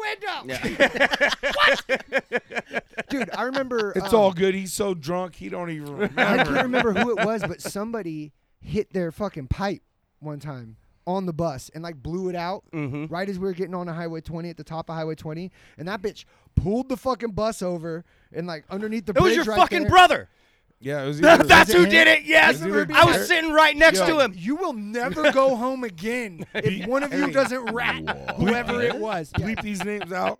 D: window.
G: then-
D: Dude, I remember.
B: It's
D: um,
B: all good. He's so drunk he don't even
D: I
B: remember.
D: can't remember who it was, but somebody hit their fucking pipe one time on the bus and like blew it out
F: Mm-hmm.
D: right as we were getting on a highway 20 at the top of highway 20 and that bitch pulled the fucking bus over and like underneath the
F: it
D: bridge
F: was your
D: right
F: fucking
D: there.
F: brother.
B: yeah, it was either-
F: That's
D: it
F: who
D: him?
F: did it. Yes,
B: Is it either
F: I was
B: Garrett-
F: sitting right next
B: Yo.
F: to him.
D: you will never go home again if one of you doesn't rat whoever it was Yeah.
B: bleep these names out.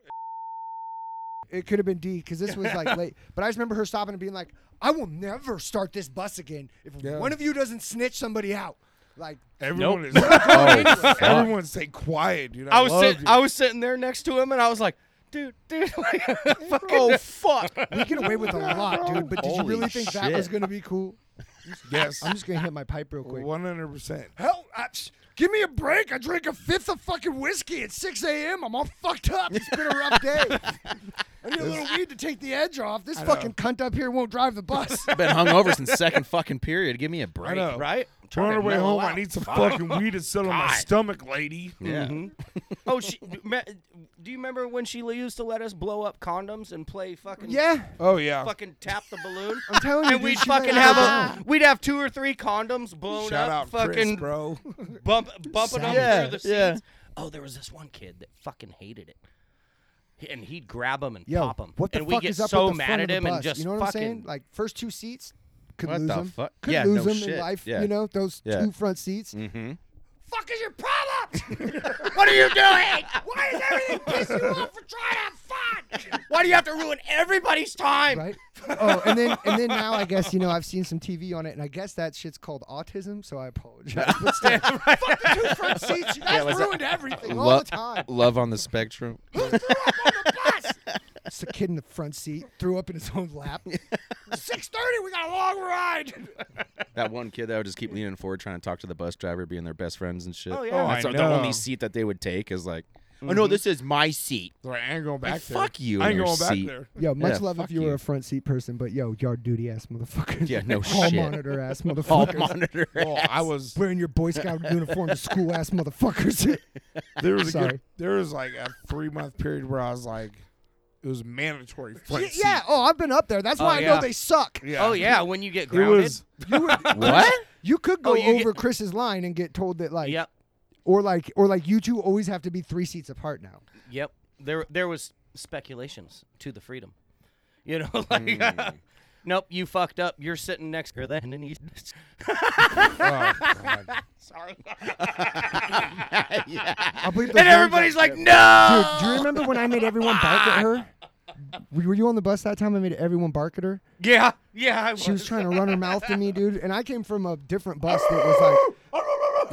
D: It could have been D because this was like late. But I just remember her stopping and being like, "I will never start this bus again if
B: Yeah.
D: one of you doesn't snitch somebody out." Like,
B: Everyone is
G: Oh, fuck.
B: everyone stay quiet, dude. I,
F: I was
B: loved
F: sitting.
B: you.
F: I was sitting there next to him, and I was like, "Dude, dude, like, fucking-
G: Oh, fuck.
D: we get away with a lot, dude. But did you
G: Holy
D: really think that was
G: shit.
D: gonna be cool?
B: yes,
D: I'm just gonna hit my pipe real quick.
B: one hundred percent.
D: Hell, I, sh- give me a break. I drank a fifth of fucking whiskey at 6 a.m. I'm all fucked up. It's been a rough day. I need a little weed to take the edge off. This fucking cunt up here won't drive the bus.
G: Been hungover since second fucking period. Give me a break.
B: know.
F: right?
B: We're
F: I'm trying
B: on
F: to
B: our way
F: mellow
B: home. I
F: out.
B: need some fucking weed to settle my stomach, lady.
G: Yeah.
D: Mm-hmm.
F: Oh, she, me- do you remember when she used to let us blow up condoms and play fucking
D: yeah,
B: Oh yeah.
F: fucking tap the balloon?
D: I'm telling you,
F: and we'd
D: dude, she
F: fucking
D: let
F: have
D: us
F: a, we'd have two or three condoms blown
B: Shout
F: up,
B: out Chris,
F: fucking
B: bro.
F: bump, bumping them
G: Yeah,
F: through the
G: yeah.
F: seats. Oh, there was this one kid that fucking hated it. He- And he'd grab them and
D: Yo,
F: pop them.
D: What the
F: and
D: fuck
F: we get
D: is up
F: so
D: with the
F: mad
D: front
F: at
D: of the
F: him
D: bus?
F: and just
D: you know what
F: fucking.
D: I'm saying? Like first two seats could
G: What
D: lose
G: the
D: them.
G: fuck?
D: Could
G: Yeah,
D: lose
G: no
D: them in
G: shit.
D: life.
G: Yeah.
D: You know those
G: Yeah.
D: two front seats.
F: Mm.
H: fuck is your problem? what are you doing?
D: Oh,
H: Why does everything piss you off for trying to have fun?
F: Why do you have to ruin everybody's time?
D: Right. Oh, and then and then now I guess you know I've seen some TV on it, and I guess that shit's called autism. So I apologize. But still, fuck the two front seats. You guys ruined everything all the time.
G: Love on the spectrum.
D: It's the kid in the front seat threw up in his own lap.
B: Six thirty. We got a long ride.
G: that one kid that would just keep leaning forward, trying to talk to the bus driver, being their best friends and shit.
F: Oh, yeah. Oh,
G: That's
B: I
G: the
B: know.
G: only seat that they would take is like, oh no, this is my seat.
B: Right, I ain't going back there.
G: fuck you
B: I
G: and
B: ain't
G: your
B: going back
G: seat.
B: there.
D: Yo, much
G: Yeah,
D: love
G: fuck
D: if you were
G: you.
D: a front seat person, but yo, yard duty ass motherfucker.
G: Yeah, no
D: Hall
G: shit.
D: monitor ass
G: All
D: motherfucker.
G: monitor.
B: Well, I was.
D: wearing your Boy Scout uniform to school ass motherfuckers.
B: There was a
D: Sorry.
B: good, there was like a three month period where I was like, it was mandatory. front
D: yeah,
B: seat.
D: oh, I've been up there. That's why
F: Oh,
D: I
F: yeah.
D: know they suck.
B: Yeah.
F: Oh yeah, when you get
B: It
F: grounded.
B: was.
D: You, would-
G: what?
D: you could go
F: Oh, you get-
D: over Chris's line and get told that like
F: Yep,
D: or like or like you two always have to be three seats apart now.
F: yep. There, there was speculations to the freedom. You know, like,
D: Hmm.
F: nope, you fucked up. You're sitting next to that, and then you.
B: uh,
F: Sorry.
D: I believe
F: And everybody's like, "Oh." no.
D: Dude, do you remember when I made everyone bark at her? Were were you on the bus that time? I made everyone bark at her.
F: Yeah, yeah. I
D: She was trying to run her mouth to me, dude. And I came from a different bus that was like,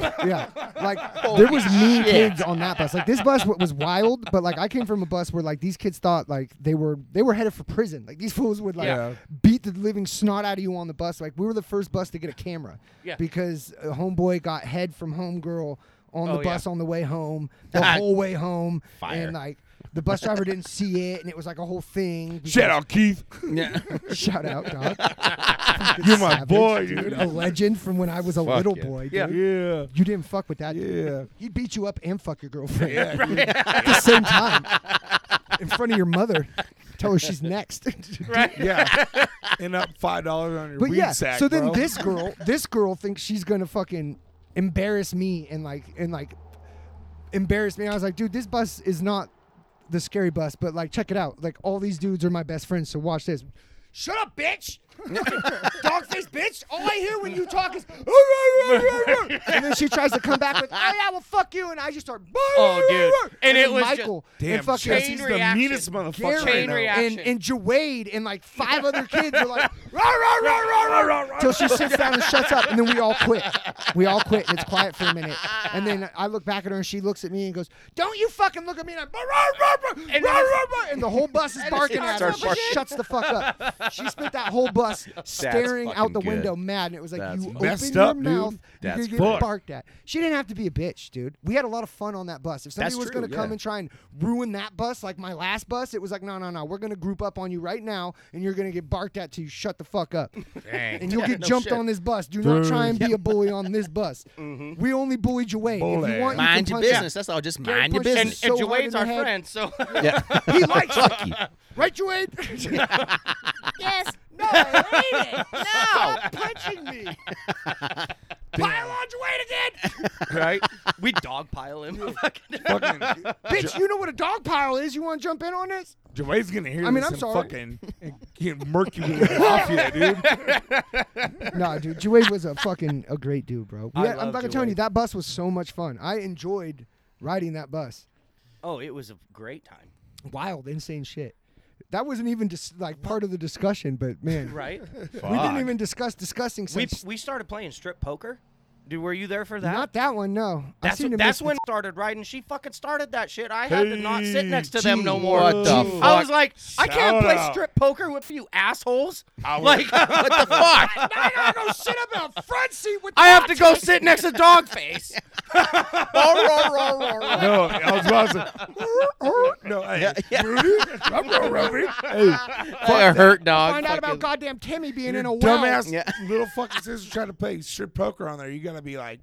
D: yeah, like there was mean kids on that bus. Like this bus wa- was wild, but like I came from a bus where like these kids thought like they were they were headed for prison. Like these fools would like
B: Yeah.
D: beat the living snot out of you on the bus. Like we were the first bus to get a camera
F: Yeah.
D: because a homeboy got head from homegirl on
F: Oh,
D: the
F: yeah.
D: bus on the way home, the whole way home,
G: Fire.
D: and like. The bus driver didn't see it, and it was like a whole thing.
B: Shout out, Keith.
G: Yeah.
D: because- Shout out, dog.
B: You're my boy, dude.
D: A legend from when I was a
A: Fuck
D: little
A: yeah.
D: boy. Dude.
F: Yeah.
B: Yeah.
D: You didn't fuck with that. dude.
B: Yeah.
D: He beat you up and fuck your girlfriend at the same time in front of your mother. Tell her she's next.
B: Yeah. and up five dollars on your
D: but
B: weed
D: yeah,
B: sack.
D: so then
B: bro.
D: this girl, this girl thinks she's gonna fucking embarrass me and like and like embarrass me. I was like, dude, this bus is not the scary bus, but like check it out. Like all these dudes are my best friends, so watch this. Shut up, bitch! Dog face, bitch! All I hear when you talk is, and then she tries to come back with, "Oh yeah, well fuck you,ff," and I just start,
F: Oh, dude. And it
D: then
F: was just-
D: Michael
B: damn
D: and fucking
B: Jesse's
F: Chain
B: the
F: reaction.
B: meanest motherfucker.
D: Gary
F: Chain
B: I know.
F: reaction.
D: and and Jawade and like five other kids are like rah, rah, rah, rah, rah, rah, rah, till she sits down and shuts up, and then we all quit. We all quit, and it's quiet for a minute. And then I look back at her, and she looks at me and goes, "Don't you fucking look at me!" And, I'm, rah, rah, rah,
F: And
D: rah,
F: then-
D: rah, rah, and the whole bus is barking at her.
G: starts
D: She shuts the fuck up. She spent that whole bus staring out
G: fucking
D: the
G: good.
D: window, mad, and it was like,
G: That's
D: "You open
B: messed
D: your
B: up, dude.
D: mouth,
G: That's
D: you're gonna get
G: fucked.
D: barked at." She didn't have to be a bitch, dude. We had a lot of fun on that bus. If somebody
G: That's
D: was
G: true,
D: gonna come
G: yeah.
D: and try and ruin that bus like my last bus. It was like, no, no, no. We're going to group up on you right now and you're going to get barked at till you shut the fuck up. And you'll
G: Yeah,
D: get
G: no
D: jumped
G: shit.
D: on this bus. Do not try and be a bully on this bus. We only bullied your way. If
B: Bully.
D: you want, you can
G: Mind your
D: punch
G: business. That's all. Just
D: Gary
G: mind your
D: punches
F: And,
G: business.
D: so
F: and
D: hard in
F: Jawade's
D: the
F: our
D: head.
F: friend, so
G: Yeah.
D: him. He likes you. Right, Wade?
H: Yes.
D: no, I hate it. No. Stop punching me. Pile on Jawaid again.
F: right? We dogpile him.
B: Fucking,
D: Bitch, you know what a dog pile is. You want to jump in on this?
B: Jawade's gonna hear
D: I mean,
B: this
D: I'm
B: and
D: sorry.
B: fucking and get murky with the mafia, dude.
D: nah, dude, Juade was a fucking a great dude, bro.
F: I
D: Yeah, I'm
F: love
D: fucking telling
F: Juade.
D: you, that bus was so much fun. I enjoyed riding that bus.
F: oh, it was a great time,
D: Wild, insane shit. That wasn't even dis- like part of the discussion, but man,
F: right?
D: we didn't even discuss discussing some
F: we
D: s-
F: we started playing strip poker. Dude, were you there for that?
D: Not that one, no. I
F: that's
D: seem to
F: that's
D: miss-
F: when started riding. She fucking started that shit. I had to not sit next to them no
D: Gee,
F: more.
G: What the
D: Gee.
F: I was like, I
B: Shout
F: can't play
B: out.
F: strip poker with you assholes.
B: I was-
F: Like, what the fuck?
D: now I gotta go sit up in a front seat with.
F: I have to go sit next to Dogface.
B: no, I was about to. no, hey, Rudy, I'm going Rudy. Hey,
G: Fuck a hurt dog.
D: find out about
G: fucking-
D: goddamn Timmy being in a well.
B: dumbass
G: Yeah.
B: little fucking sister trying to play strip poker on there. You gotta be like,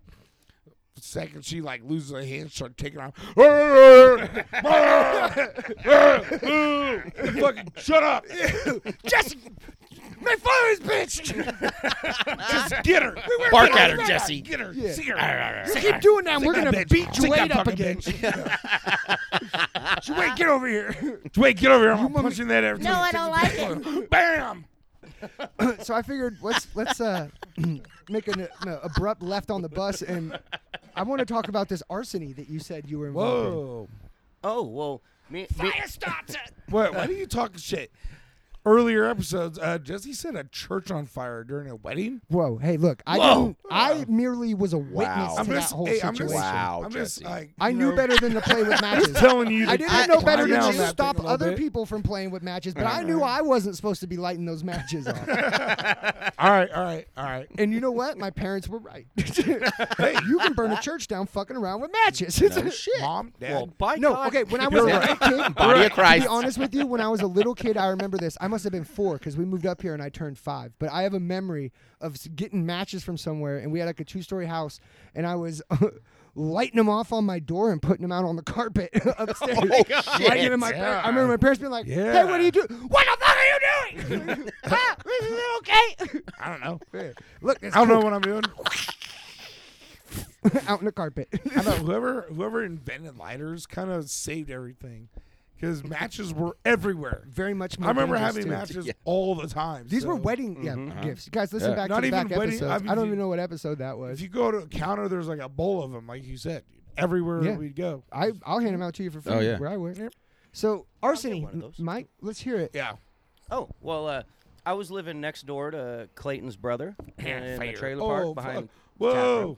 B: second she like loses her hand, start taking off. fucking shut up, Jesse. Make fun of this bitch. Just get her. We were
G: Bark
B: gonna-
G: at her, Jesse.
B: Get her.
D: Yeah.
B: Sick her.
D: Keep doing that. and We're gonna
B: bitch.
D: beat
B: Sick
D: Juade
B: that
D: up
B: fucking
D: again.
B: Wait, get over here. Wait, get over here. I'm punching that every
H: No,
B: time.
H: I don't like it.
B: Bam.
D: so I figured let's let's uh, make an, an abrupt left on the bus, and I want to talk about this arsony that you said you were involved in.
B: Whoa.
F: oh well, me, me
B: What? Why do you talk shit? Earlier episodes, uh, Jesse said a church on fire during a wedding.
D: Whoa! Hey, look, I
G: Whoa.
D: didn't. I merely was a witness
G: Wow.
D: Oh, to
G: I'm
D: that whole
B: hey, I'm
D: situation.
B: just,
G: Wow,
B: I'm just,
G: Jesse.
B: like,
D: I
B: you
D: knew
B: know,
D: better than to play with matches.
B: Telling you,
D: I
B: to-
D: didn't know better
B: calm down
D: than to
B: that
D: stop
B: thing a little
D: other
B: bit.
D: people from playing with matches, but I knew I wasn't supposed to be lighting those matches off.
B: All right, all right, all right.
D: and you know what? My parents were right. hey, you can burn a church down fucking around with matches.
B: Mom, dad,
F: well, by
D: No,
F: God,
D: okay. When I was a
G: You're
D: little kid,
G: Body of
D: To
G: Christ.
D: be honest with you, when I was a little kid, I remember this. I must have been four because we moved up here and I turned five. But I have a memory of s- getting matches from somewhere, and we had like a two-story house, and I was. Lighting them off on my door and putting them out on the carpet upstairs. Lighting them my par- I remember my parents being like,
B: Oh, Yeah.
D: "Hey, what are you doing? What the fuck are you doing? ah, is it okay?
B: I don't know.
D: Look,
B: I
D: it's
B: don't know what I'm doing.
D: out on the carpet.
B: I thought whoever whoever invented lighters kind of saved everything because matches were everywhere.
D: Very much.
B: I
D: More
B: remember
D: dangerous,
B: having
D: too.
B: matches all the time.
D: These were
B: so- mm-hmm.
D: wedding yeah, gifts. Guys, listen
G: Yeah.
D: back
B: Not
D: to the
B: even
D: back
B: wedding-
D: episodes.
B: I
D: I,
B: mean,
D: don't
B: you-
D: even know what episode that was.
B: If you go to a counter, there's like a bowl of them, like you said, dude. Everywhere
D: Yeah.
B: we'd go.
D: I I'll hand them out to you for free.
G: Oh, yeah.
D: where I work. So Arsony,
F: one of those.
D: Mike, let's hear it.
B: Yeah.
F: Oh well, uh, I was living next door to Clayton's brother in the trailer park
B: Oh,
F: behind.
B: fuck. Whoa.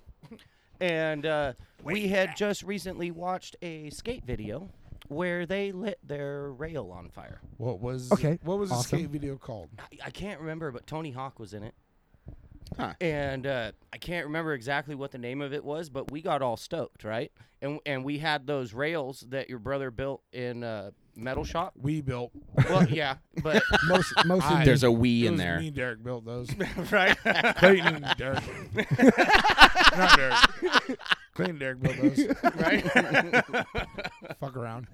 F: And uh, we had just recently watched a skate video where they lit their rail on fire.
B: What was
D: Okay,
B: What was the
D: awesome.
B: skate video called?
F: I, I can't remember, but Tony Hawk was in it.
G: Huh.
F: And uh, I can't remember exactly what the name of it was, but we got all stoked, right? And and we had those rails that your brother built in uh, metal shop.
B: We built.
F: Well, yeah, but
D: Most, mostly
B: I-
G: There's a
B: it
G: we in
B: was
G: there.
B: Me and Derek built those.
F: right.
B: Clayton and Derek. Not Derek. Clayton and Derek built those.
F: right?
B: Fuck around.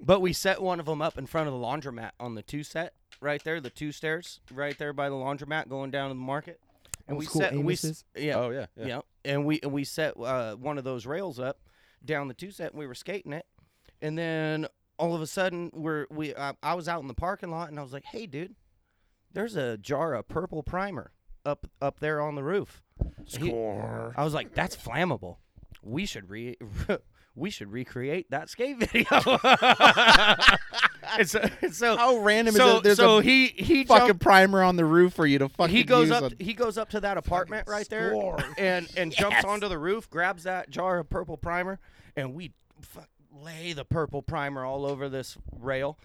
F: but we set one of them up in front of the laundromat on the two set right there, the two stairs right there by the laundromat going down to the market. And
D: Old
F: we
D: school
F: set we s-
D: Amoses?
F: yeah,
G: Oh yeah.
F: yeah. And we and we set uh, one of those rails up down the two set and we were skating it. And then all of a sudden we're we uh, I was out in the parking lot and I was like, "Hey dude, there's a jar of purple primer up up there on the roof." He- I was like, "That's flammable. We should re we should recreate that skate video." and so, and so
G: How random
F: so,
G: is it? There's
F: so
G: a
F: he he
G: fucking
F: jumped-
G: primer on the roof for you to fucking.
F: he goes
G: use
F: up
G: on-
F: he goes up to that apartment right there and and jumps onto the roof grabs that jar of purple primer and we fuck, lay the purple primer all over this rail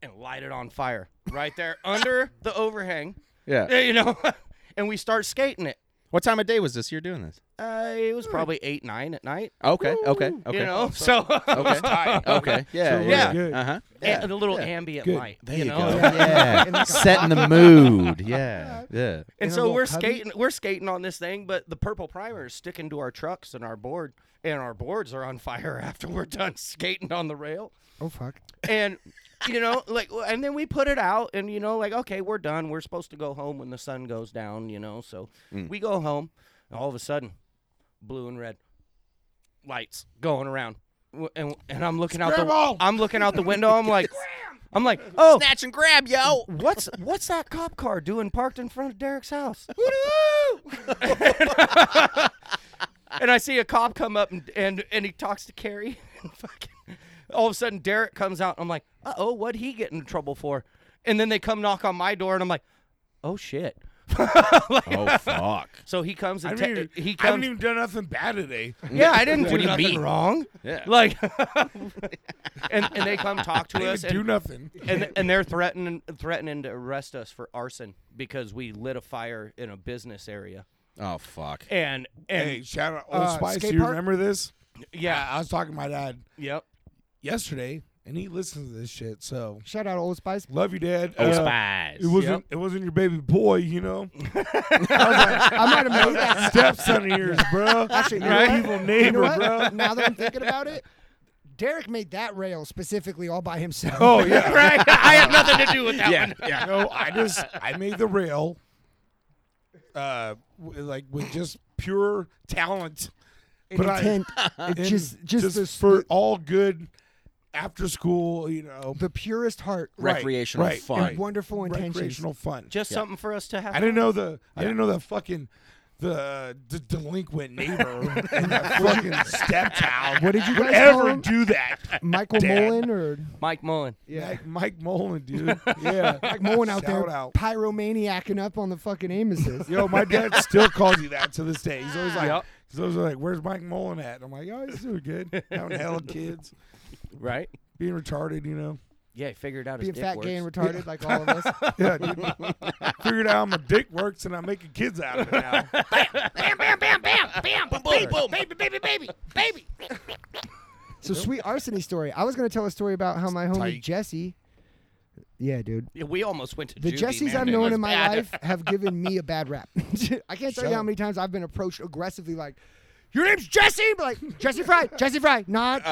F: and light it on fire right there under the overhang
G: yeah.
F: Yeah, you know and we start skating it
G: What time of day was this? You're doing this.
F: uh, it was probably eight nine at night
G: Okay. Okay. Okay.
F: you
D: Oh,
F: know so
G: Okay. okay. Yeah.
B: So
G: yeah.
B: really good.
G: Uh huh.
F: and a little ambient light
G: There
F: you
G: you,
F: know
G: go.
D: Yeah.
G: Yeah.
D: And like a
G: Setting the mood. Yeah. Yeah.
F: And
D: In a
F: so
D: little
F: we're
D: cubby?
F: skating, we're skating on this thing, but the purple primer is sticking to our trucks and our board, and our boards are on fire after we're done skating on the rail.
D: Oh fuck!
F: And you know, like, w- and then we put it out, and you know, like, okay, we're done. We're supposed to go home when the sun goes down, you know. So
G: Mm.
F: we go home, and all of a sudden, blue and red lights going around, W- and and I'm looking out the,
B: Scribble!
F: I'm looking out the window. I'm like, I'm like, oh, snatch and grab, yo. What's what's that cop car doing parked in front of Derek's house? and I see a cop come up and and, and he talks to Carrie. And fucking, all of a sudden, Derek comes out. And I'm like, uh oh, what he get in trouble for? And then they come knock on my door, and I'm like, oh shit. Like,
G: Oh fuck.
F: so he comes
B: I
F: and
B: haven't,
F: te-
B: even,
F: he
B: I haven't
F: comes.
B: even done nothing bad today.
F: yeah, I didn't do
G: do you
F: nothing
G: mean?
F: wrong.
G: Yeah.
F: Like, and, and they come talk to us,
B: do
F: and,
B: nothing.
F: and and they're threatening threatening to arrest us for arson because we lit a fire in a business area.
G: Oh fuck.
F: And and
B: Hey, shout out Old
D: Uh,
B: Spice.
D: skate
B: You
D: park?
B: remember this?
F: yeah,
B: I was talking to my dad
F: yep.
B: yesterday, and he listens to this shit. So
D: Shout out Old Spice.
B: love you, Dad.
G: Oh
B: Uh,
G: spies.
B: It wasn't. It wasn't your baby boy, you know.
D: I might have made that.
B: Stepson of yours, bro.
D: Actually, you know
B: Your
D: what?
B: evil
D: You know
B: neighbor,
D: what?
B: bro.
D: Now that I'm thinking about it, Derek made that rail specifically all by himself.
B: Oh yeah,
F: Right. I have nothing to do with that one.
B: yeah. No, I just I made the rail, uh, w- like with just pure talent, but
D: intent,
B: I and
D: just- just the s-
B: for all good after school, you know,
D: the purest heart,
B: Right,
G: Recreational
B: right,
G: fun.
D: and wonderful intentions.
B: recreational fun.
F: Just something for us to have.
B: I didn't know the I didn't know the fucking the, uh, the delinquent neighbor in that fucking steptown
D: What did you
B: would
D: guys call
B: ever
D: him?
B: do that.
D: Michael
B: Dad.
D: Mullen or
F: Mike Mullen.
D: yeah,
B: Like Mike Mullen, dude. Yeah,
D: Mike Mullen out
B: Shout
D: there
B: out.
D: pyromaniacing up on the fucking Amoses.
B: Yo, my dad still calls you that to this day. He's always like, he's always like, "Where's Mike Mullen at?" And I'm like, "Oh, he's doing good. Having hell kids,
F: Right.
B: being retarded, you know."
F: Yeah, he figured out
D: Being
F: his dick
D: fat,
F: works.
D: gay, and retarded like all of us.
B: Yeah, dude. figured out my dick works and I'm making kids out of it now.
H: Bam, bam, bam, bam, bam, boom, boom, boom, baby, baby, baby, baby.
D: So sweet arsony story. I was gonna tell a story about how my homie
B: Tight.
D: Jesse. Yeah, dude.
F: Yeah, we almost went to
D: The
F: Judy,
D: Jessies
F: man.
D: I've
F: It
D: known
F: was
D: in my
F: bad.
D: life have given me a bad rap. I can't tell you how many times I've been approached aggressively, like, "Your name's Jesse," but like Jesse Fry, Jesse Fry, not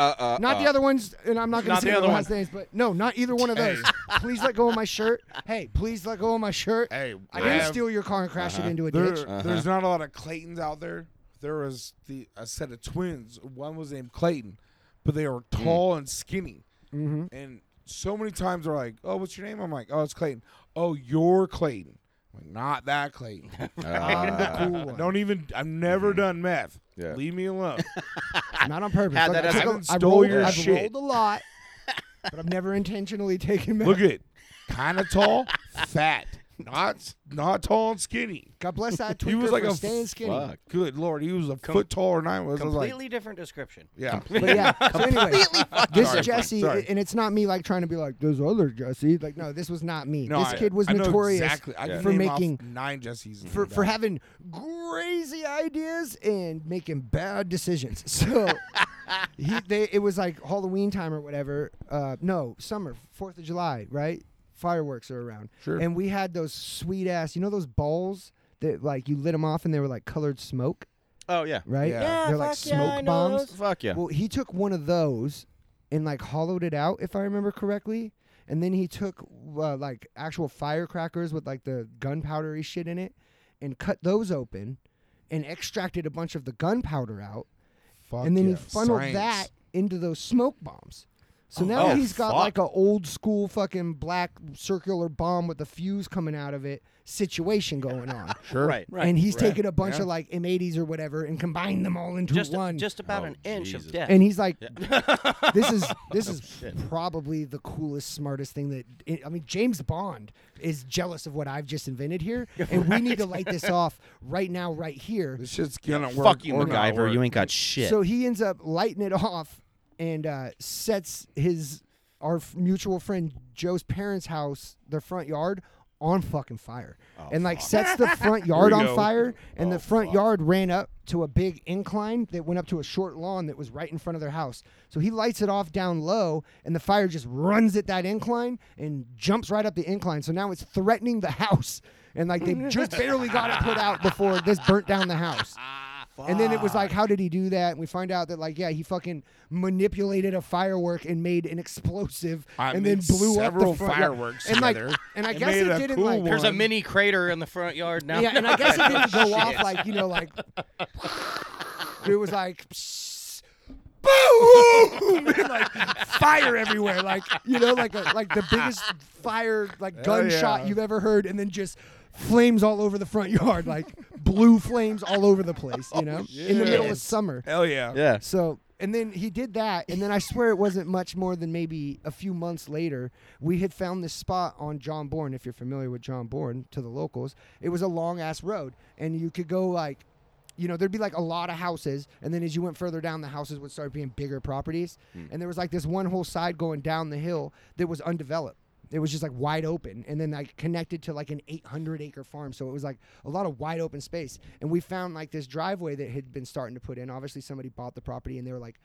D: not the other ones, and I'm not gonna
F: Uh, Not
D: say
F: the
D: their
F: other
D: last names, but no, not either one of those. please let go of my shirt. Hey, please let go of my shirt.
B: Hey,
D: I didn't
B: have-
D: steal your car and crash it
F: Uh-huh.
D: into a
B: There,
D: ditch.
G: Uh-huh.
B: There's not a lot of Claytons out there. There was the a set of twins. One was named Clayton, but they were
G: Hmm.
B: tall and skinny. Mm-hmm. And so many times they're like, "Oh, what's your name?" I'm like, "Oh, it's Clayton." Oh, you're Clayton. I'm like, not that Clayton.
F: Uh,
D: I'm the cool
B: I
D: one.
B: don't even. I've never done meth.
G: Mm-hmm. Yeah.
B: Leave me alone.
D: Not on purpose.
G: Had
D: Look,
G: that
D: I
G: as
D: took
G: a-
D: a-
B: Haven't
D: I've
B: stole
D: rolled-
B: your
D: I've
B: shit.
D: rolled a lot, but I've never intentionally taken.
B: Look at, kind of tall, fat. not not tall and skinny.
D: God bless that tweaker
B: He was like
D: for
B: a
D: staying
B: f-
D: skinny.
G: fuck.
B: Good lord, he was a foot taller than I was. I was like,
F: Completely different description.
B: yeah,
D: But yeah, so anyway, this
B: Sorry.
D: Jesse,
B: Sorry.
D: and it's not me like trying to be like there's other Jesse. Like no, this was not me.
B: No,
D: this
B: I-
D: kid was
B: I know
D: notorious
B: exactly. I can
D: for
B: name off
D: making
B: nine Jessies
D: for, for having crazy ideas and making bad decisions. So he, they, it was like Halloween time or whatever. Uh, no, summer, Fourth of July, right? Fireworks are around,
B: Sure.
D: and we had those sweet ass, you know, those balls that like you lit them off and they were like colored smoke,
G: Oh yeah.
D: right?
B: Yeah.
D: They're like
F: fuck yeah,
D: smoke
F: I know
D: bombs.
F: those.
G: Fuck yeah.
D: Well, he took one of those and like hollowed it out, if I remember correctly. And then he took uh, like actual firecrackers with like the gunpowdery shit in it and cut those open and extracted a bunch of the gunpowder out.
B: Fuck
D: and then he
B: yeah.
D: funneled
B: Science.
D: that into those smoke bombs. So now
G: oh,
D: he's got
G: fuck.
D: like a old school fucking black circular bomb with a fuse coming out of it situation going on.
B: Sure.
G: Right. Right.
D: and he's
G: right.
D: taken a bunch of like M80s or whatever and combined them all into
F: Just,
D: one
F: just about
G: Oh,
F: an inch
G: Jesus.
F: of depth.
D: and he's like, "This is this is probably the coolest, smartest thing that eh, I mean." James Bond is jealous of what I've just invented here, and we need to light this off right now, right here.
B: This shit's gonna work.
G: Fuck you,
B: or not
G: MacGyver. You
B: work.
G: ain't got shit.
D: So he ends up lighting it off and uh, sets his our f- mutual friend Joe's parents' house, their front yard, on fucking fire, and like sets the front yard
B: Oh, we
D: on
B: go. Oh,
D: fire. And the front yard ran up to a big incline that went up to a short lawn that was right in front of their house. So he lights it off down low, and the fire just runs at that incline and jumps right up the incline. So now it's threatening the house. And like they just barely got it put out before this burnt down the house. And then it was like, how did he do that? And we find out that like, yeah, he fucking manipulated a firework and made an explosive,
B: I
D: and
B: mixed
D: then blew up the
B: several
D: front yard.
B: fireworks
D: And like,
B: together
D: and I
B: and
D: guess
B: made
D: it
B: a
D: didn't
B: cool
D: like,
B: one.
F: There's a mini crater in the front yard now.
D: yeah, and I guess it didn't go off like you know, like it was like. psst, Boom! and, like fire everywhere, like you know, like a, like the biggest fire, like gunshot
B: yeah.
D: you've ever heard, and then just flames all over the front yard, like blue flames all over the place, you know, in the middle of
B: shit.
D: summer.
B: Hell yeah.
G: yeah.
D: So, and then he did that, and then I swear it wasn't much more than maybe a few months later. We had found this spot on John Bourne, if you're familiar with John Bourne to the locals. It was a long ass road, and you could go like, you know, there'd be like a lot of houses, and then as you went further down, the houses would start being bigger properties. And there was like this one whole side going down the hill that was undeveloped. It was just like wide open, and then like connected to like an 800 acre farm. So it was like a lot of wide open space. And we found like this driveway that had been starting to put in. Obviously, somebody bought the property, and they were like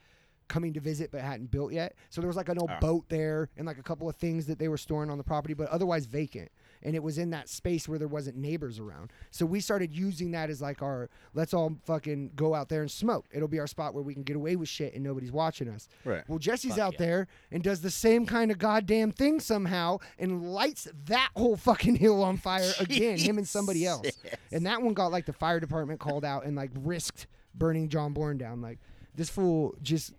D: coming to visit, but hadn't built yet. So there was like an old boat there, and like a couple of things that they were storing on the property, but otherwise vacant. And it was in that space where there wasn't neighbors around. So we started using that as like our let's all fucking go out there and smoke. It'll be our spot where we can get away with shit and nobody's watching us.
G: Right.
D: Well, Jesse's out there and does the same kind of goddamn thing somehow and lights that whole fucking hill on fire again, him and somebody else. And that one got like the fire department called out and like risked burning John Bourne down. Like this fool just.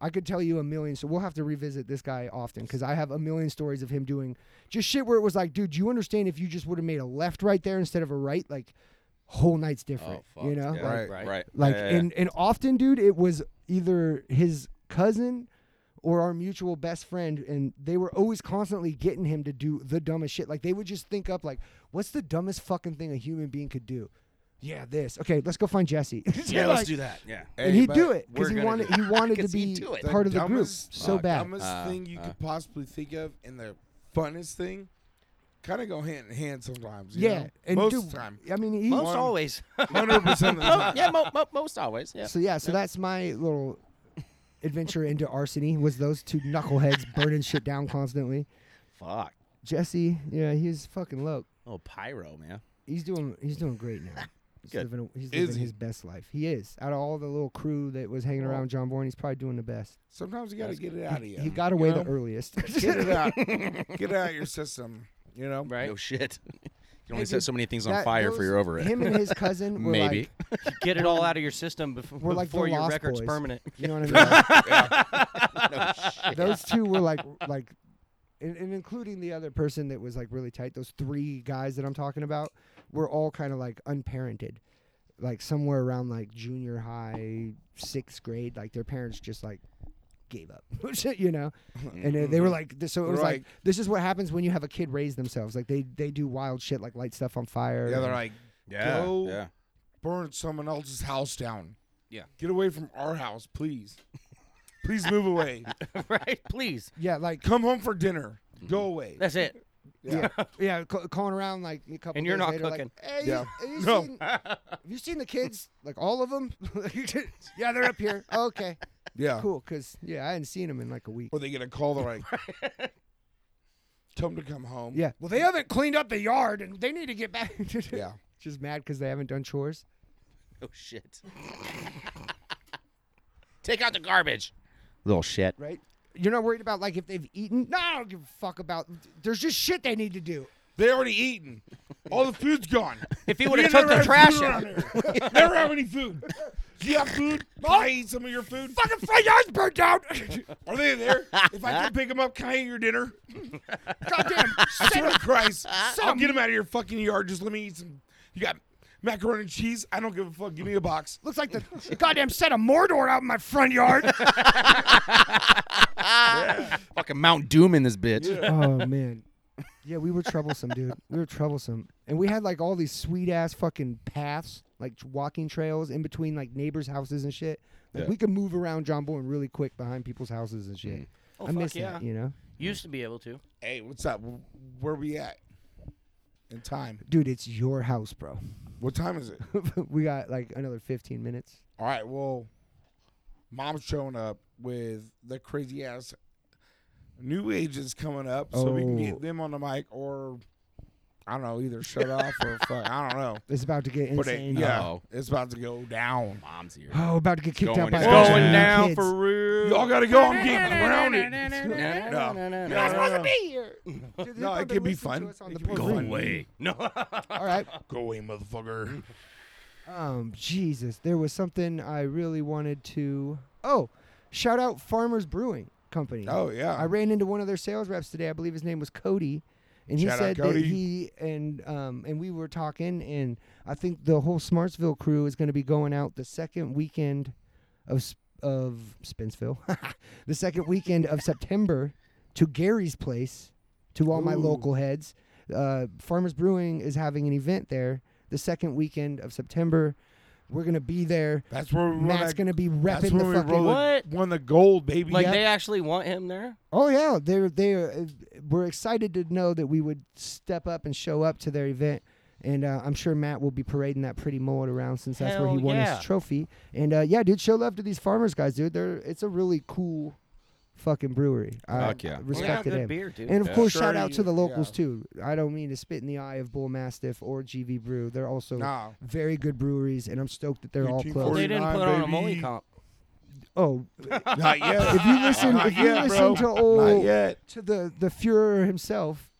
D: I could tell you a million, so we'll have to revisit this guy often because I have a million stories of him doing just shit where it was like, dude, you understand if you just would have made a left right there instead of a right, like, whole night's different, you know? Like,
G: Right.
F: Right.
G: Right.
D: like
G: Yeah, yeah, yeah.
D: and and often, dude, it was either his cousin or our mutual best friend, and they were always constantly getting him to do the dumbest shit. Like they would just think up like, what's the dumbest fucking thing a human being could do? Yeah, this. Okay, let's go find Jesse.
G: yeah. Let's
D: Like,
G: do that. Yeah.
D: And
B: Hey,
D: he'd
B: but
D: do it
G: we're
D: because he
G: gonna
D: wanted
G: do
D: he wanted to
G: 'Cause
D: be
G: he'd do it.
D: part of the group
B: dumbest-
D: so
B: the
D: bad.
B: Dumbest
G: Uh,
B: thing you
G: uh.
B: could possibly think of, and the funnest thing, kind of go hand in hand sometimes. you
D: Yeah,
B: know?
D: and
B: most
D: dude,
B: of the time,
D: I mean, he,
F: Most always.
B: hundred percent
D: Oh,
B: of the time.
G: yeah. Mo- mo- most always. Yeah.
D: So yeah, so that's my little adventure into arsony was those two knuckleheads burning shit down constantly.
G: Fuck.
D: Jesse, yeah, he's fucking low.
G: Oh, pyro, man.
D: He's doing he's doing great now. He's
G: Good.
D: living, he's
B: Is
D: living
B: he?
D: his best life. He is. Out of all the little crew that was hanging around John Bourne, he's probably doing the best.
B: Sometimes you got to get it out of you.
D: He got away
B: you know?
D: the earliest.
B: Get it out. get it out of your system. You know.
F: Right.
G: No shit. You can only
D: Hey,
G: set
D: dude,
G: so many things on
D: That-
G: fire for
D: those-
G: you're over it.
D: Him and his cousin were
G: Maybe.
D: like
F: Get it all out of your system before,
D: were like the
F: before your
D: Lost
F: record's
D: Boys.
F: permanent.
D: You know what I mean? Like,
G: no shit.
D: those two were like like and, and including the other person that was like really tight those three guys that i'm talking about were all kind of like unparented like somewhere around like junior high sixth grade like their parents just like gave up, you know. And they- they
B: Mm-hmm.
D: were like, th- so it was like,
B: Right.
D: this is what happens when you have a kid raise themselves. Like they they do wild shit, like light stuff on fire.
B: Yeah, they're like,
G: Yeah.
B: Go.
G: Yeah.
B: burn someone else's house down.
F: Yeah.
B: Get away from our house, please. please move away.
F: right? Please.
D: yeah, like
B: Come home for dinner. Go away.
F: That's it.
D: yeah, yeah, ca- calling around like a couple.
F: And you're
D: days later,
F: not cooking.
D: Like, hey,
B: Yeah.
D: you, have you
B: No.
F: Oh,
D: seen, have you seen the kids? Like all of them? yeah, they're up here. okay,
B: Yeah.
D: cool. Cause yeah, I hadn't seen them in like a week.
B: Or they get a call. They're like, tell them to come home.
D: Yeah. Well, they haven't cleaned up the yard, and they need to get back.
B: Yeah.
D: Just mad because they haven't done chores.
F: Oh shit. Take out the garbage. Little shit.
D: right? You're not worried about like if they've eaten. No, I don't give a fuck about. There's just shit they need to do.
B: They already eaten. All the food's gone.
F: If he
B: We
F: would have
B: never
F: took the
B: had
F: trash
B: food
F: out.
B: around here. never have any food. Do you have food? Can I eat some of your food? Fucking front yard's burnt down. Are they there? If I can pick them up, can I eat your dinner? Goddamn. I swear to Christ. I'll get them out of your fucking yard. Just let me eat some. You got macaroni and cheese? I don't give a fuck. Give me a box.
D: Looks like the goddamn set of Mordor out in my front yard.
G: Fucking Mount Doom in this bitch.
D: oh man, yeah, we were troublesome, dude. We were troublesome, and we had like all these sweet ass fucking paths, like walking trails in between like neighbors' houses and shit. Like
G: Yeah.
D: we could move around John Boyne really quick behind people's houses and
B: Mm.
D: shit.
F: Oh,
D: I
F: fuck
D: miss
F: yeah.
D: that, you know,
F: Used to be able to.
B: Hey, what's up? Where we at? In time.
D: dude. It's your house, bro.
B: What time is it?
D: we got like another 15 minutes.
B: All right, well, mom's showing up with the crazy ass new ages coming up, so we can
D: Oh.
B: get them on the mic, or I don't know, either shut off or fuck, I don't know.
D: It's about to get
B: But it-
D: insane.
B: yeah,
G: Uh-oh.
B: it's about to go down.
G: Mom's here.
D: Oh, about to get kicked out
G: Going
D: by a
G: down.
D: bunch of
G: Going
D: new
G: down
D: kids.
F: real.
B: Y'all gotta go. I'm getting grounded.
F: No, no, no,
B: No, no, no.
D: Dude,
B: No,
D: they've
B: it
D: been
B: could be
D: listening to
B: fun.
D: us on
B: It
D: the
B: could be
D: pod.
B: Go fun. away.
F: No.
D: All right.
B: Go away, motherfucker.
D: Um, Jesus, there was something I really wanted to. Oh, shout out Farmers Brewing Company.
B: Oh yeah,
D: I ran into one of their sales reps today. I believe his name was Cody, and he
B: Shout out
D: said
B: Cody.
D: that he and um and we were talking, and I think the whole Smartsville crew is going to be going out the second weekend of Sp- of Spenceville, the second weekend of September to Gary's place to all my local heads. Uh, Farmers Brewing is having an event there the second weekend of September. We're gonna be there.
B: that's where we won
D: Matt's
B: that.
D: gonna be
B: that's
D: repping
B: where
D: the
B: we
D: fucking
B: rolled,
F: What?
B: won the gold, baby.
F: Like
B: yeah.
F: they actually want him there?
D: Oh yeah, they are they are, uh, were excited to know that we would step up and show up to their event, and uh, I'm sure Matt will be parading that pretty mullet around since that's where he
F: Hell
D: won
F: yeah.
D: his trophy. And uh, yeah, dude, show love to these farmers guys, dude. They're it's a really cool fucking brewery.
G: Fuck
D: I,
G: yeah.
D: I
F: We got
D: respect
F: good
D: it.
F: beer, dude.
D: And of
G: Yeah.
D: course,
B: Sure
D: shout out
B: you-
D: to the locals
B: yeah.
D: too. I don't mean to spit in the eye of Bull Mastiff or GV Brew. They're also
B: Nah.
D: very good breweries, and I'm stoked that they're all close.
B: 1840.
F: they didn't put
B: 49,
F: on a Molly
B: baby.
F: comp.
D: Oh,
B: Not yet.
D: if you listen,
B: Not
D: if you
B: yet,
D: listen
B: bro.
D: to
B: Not
D: old
B: yet.
D: to the the Fuhrer himself,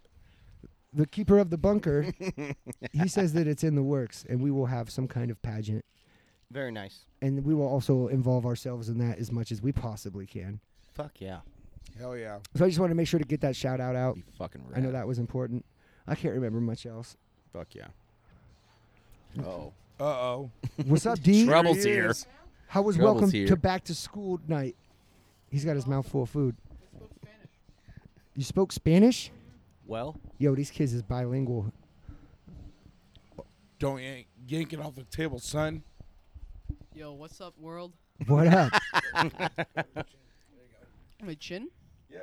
D: the keeper of the bunker, he says that it's in the works, and we will have some kind of pageant,
F: Very nice.
D: and we will also involve ourselves in that as much as we possibly can.
F: Fuck yeah.
B: Hell yeah.
D: So I just wanted to make sure to get that shout out out.
G: You fucking rat.
D: I know that was important. I can't remember much else.
G: Fuck yeah. Oh.
B: Uh oh.
D: What's up, D?
G: Trouble's here.
D: How was
G: Trouble's
D: welcome
G: here.
D: to back to school night? He's got his mouth full of food. You spoke Spanish?
F: Well,
D: Yo, these kids is bilingual.
B: Don't yank, yank it off the table, son.
I: Yo, what's up, world?
D: What up?
I: My chin? Yeah.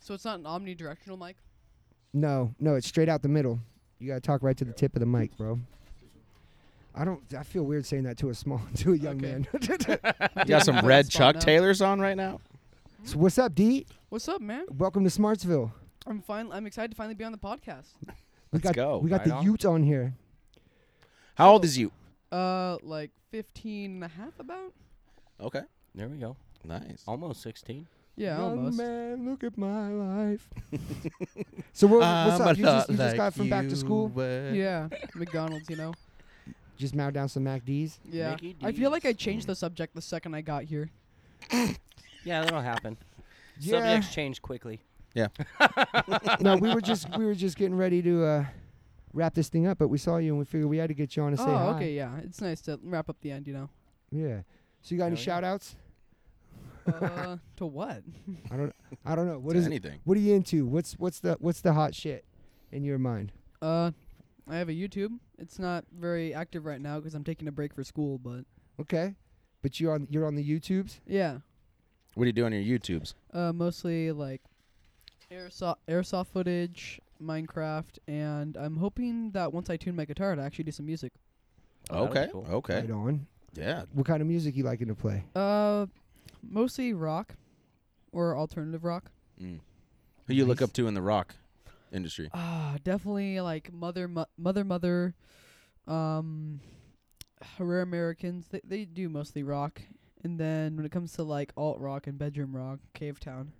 I: So it's not an omnidirectional mic?
D: No, no, it's straight out the middle. You gotta talk right to the tip of the mic, bro. I don't. I feel weird saying that to a small, to a young
I: Okay.
D: man.
G: You got some red
I: Spot
G: Chuck
I: now.
G: Taylors on right now?
D: so what's up, D?
I: What's up, man?
D: Welcome to Smartsville.
I: I'm fine. I'm excited to finally be on the podcast.
D: We
G: Let's
D: got,
G: go.
D: We got
G: Right
D: the
G: on.
D: Ute on here.
G: How old is you?
I: Uh, like 15 and a half about?
G: Okay.
F: there we go.
G: Nice.
F: Almost 16.
I: Yeah,
D: Young
I: almost.
D: man, look at my life. so
G: Um,
D: what, what's up? You just,
G: uh,
D: you just got from back to school.
I: Yeah, McDonald's, you know?
D: Just mowed down some MacDs.
I: Yeah.
F: Mickey
I: I feel like I
F: D's.
I: changed the subject the second I got here.
F: Yeah, that'll happen.
D: Yeah.
F: Subjects change quickly.
D: no, we were just we were just getting ready to uh, wrap this thing up, but we saw you and we figured we had to get you on to say
I: oh,
D: hi.
I: okay, yeah. It's nice to wrap up the end, you know?
D: Yeah. So you got any
F: Hell yeah.
D: shout outs?
I: uh, to what?
D: I don't. I don't know. What
G: To
D: is it?
G: anything.
D: What are you into? What's what's the what's the hot shit in your mind?
I: Uh, I have a YouTube. It's not very active right now because I'm taking a break for school. But
D: Okay, but you on you're on the YouTubes.
I: yeah,
G: What do you do on your YouTubes?
I: uh, mostly like airsoft airsoft footage, Minecraft, and I'm hoping that once I tune my guitar to actually do some music.
F: Oh, that'd be
G: okay.
F: cool.
G: Okay.
D: Right on.
G: Yeah.
D: What kind of music you liking to play?
I: Uh, mostly rock or alternative rock.
G: Mm. Who you look up to in the rock industry?
I: Ah, definitely like mother, Mo- mother, mother. Um, rare Americans. They they do mostly rock, and then when it comes to like alt rock and bedroom rock, Cave Town.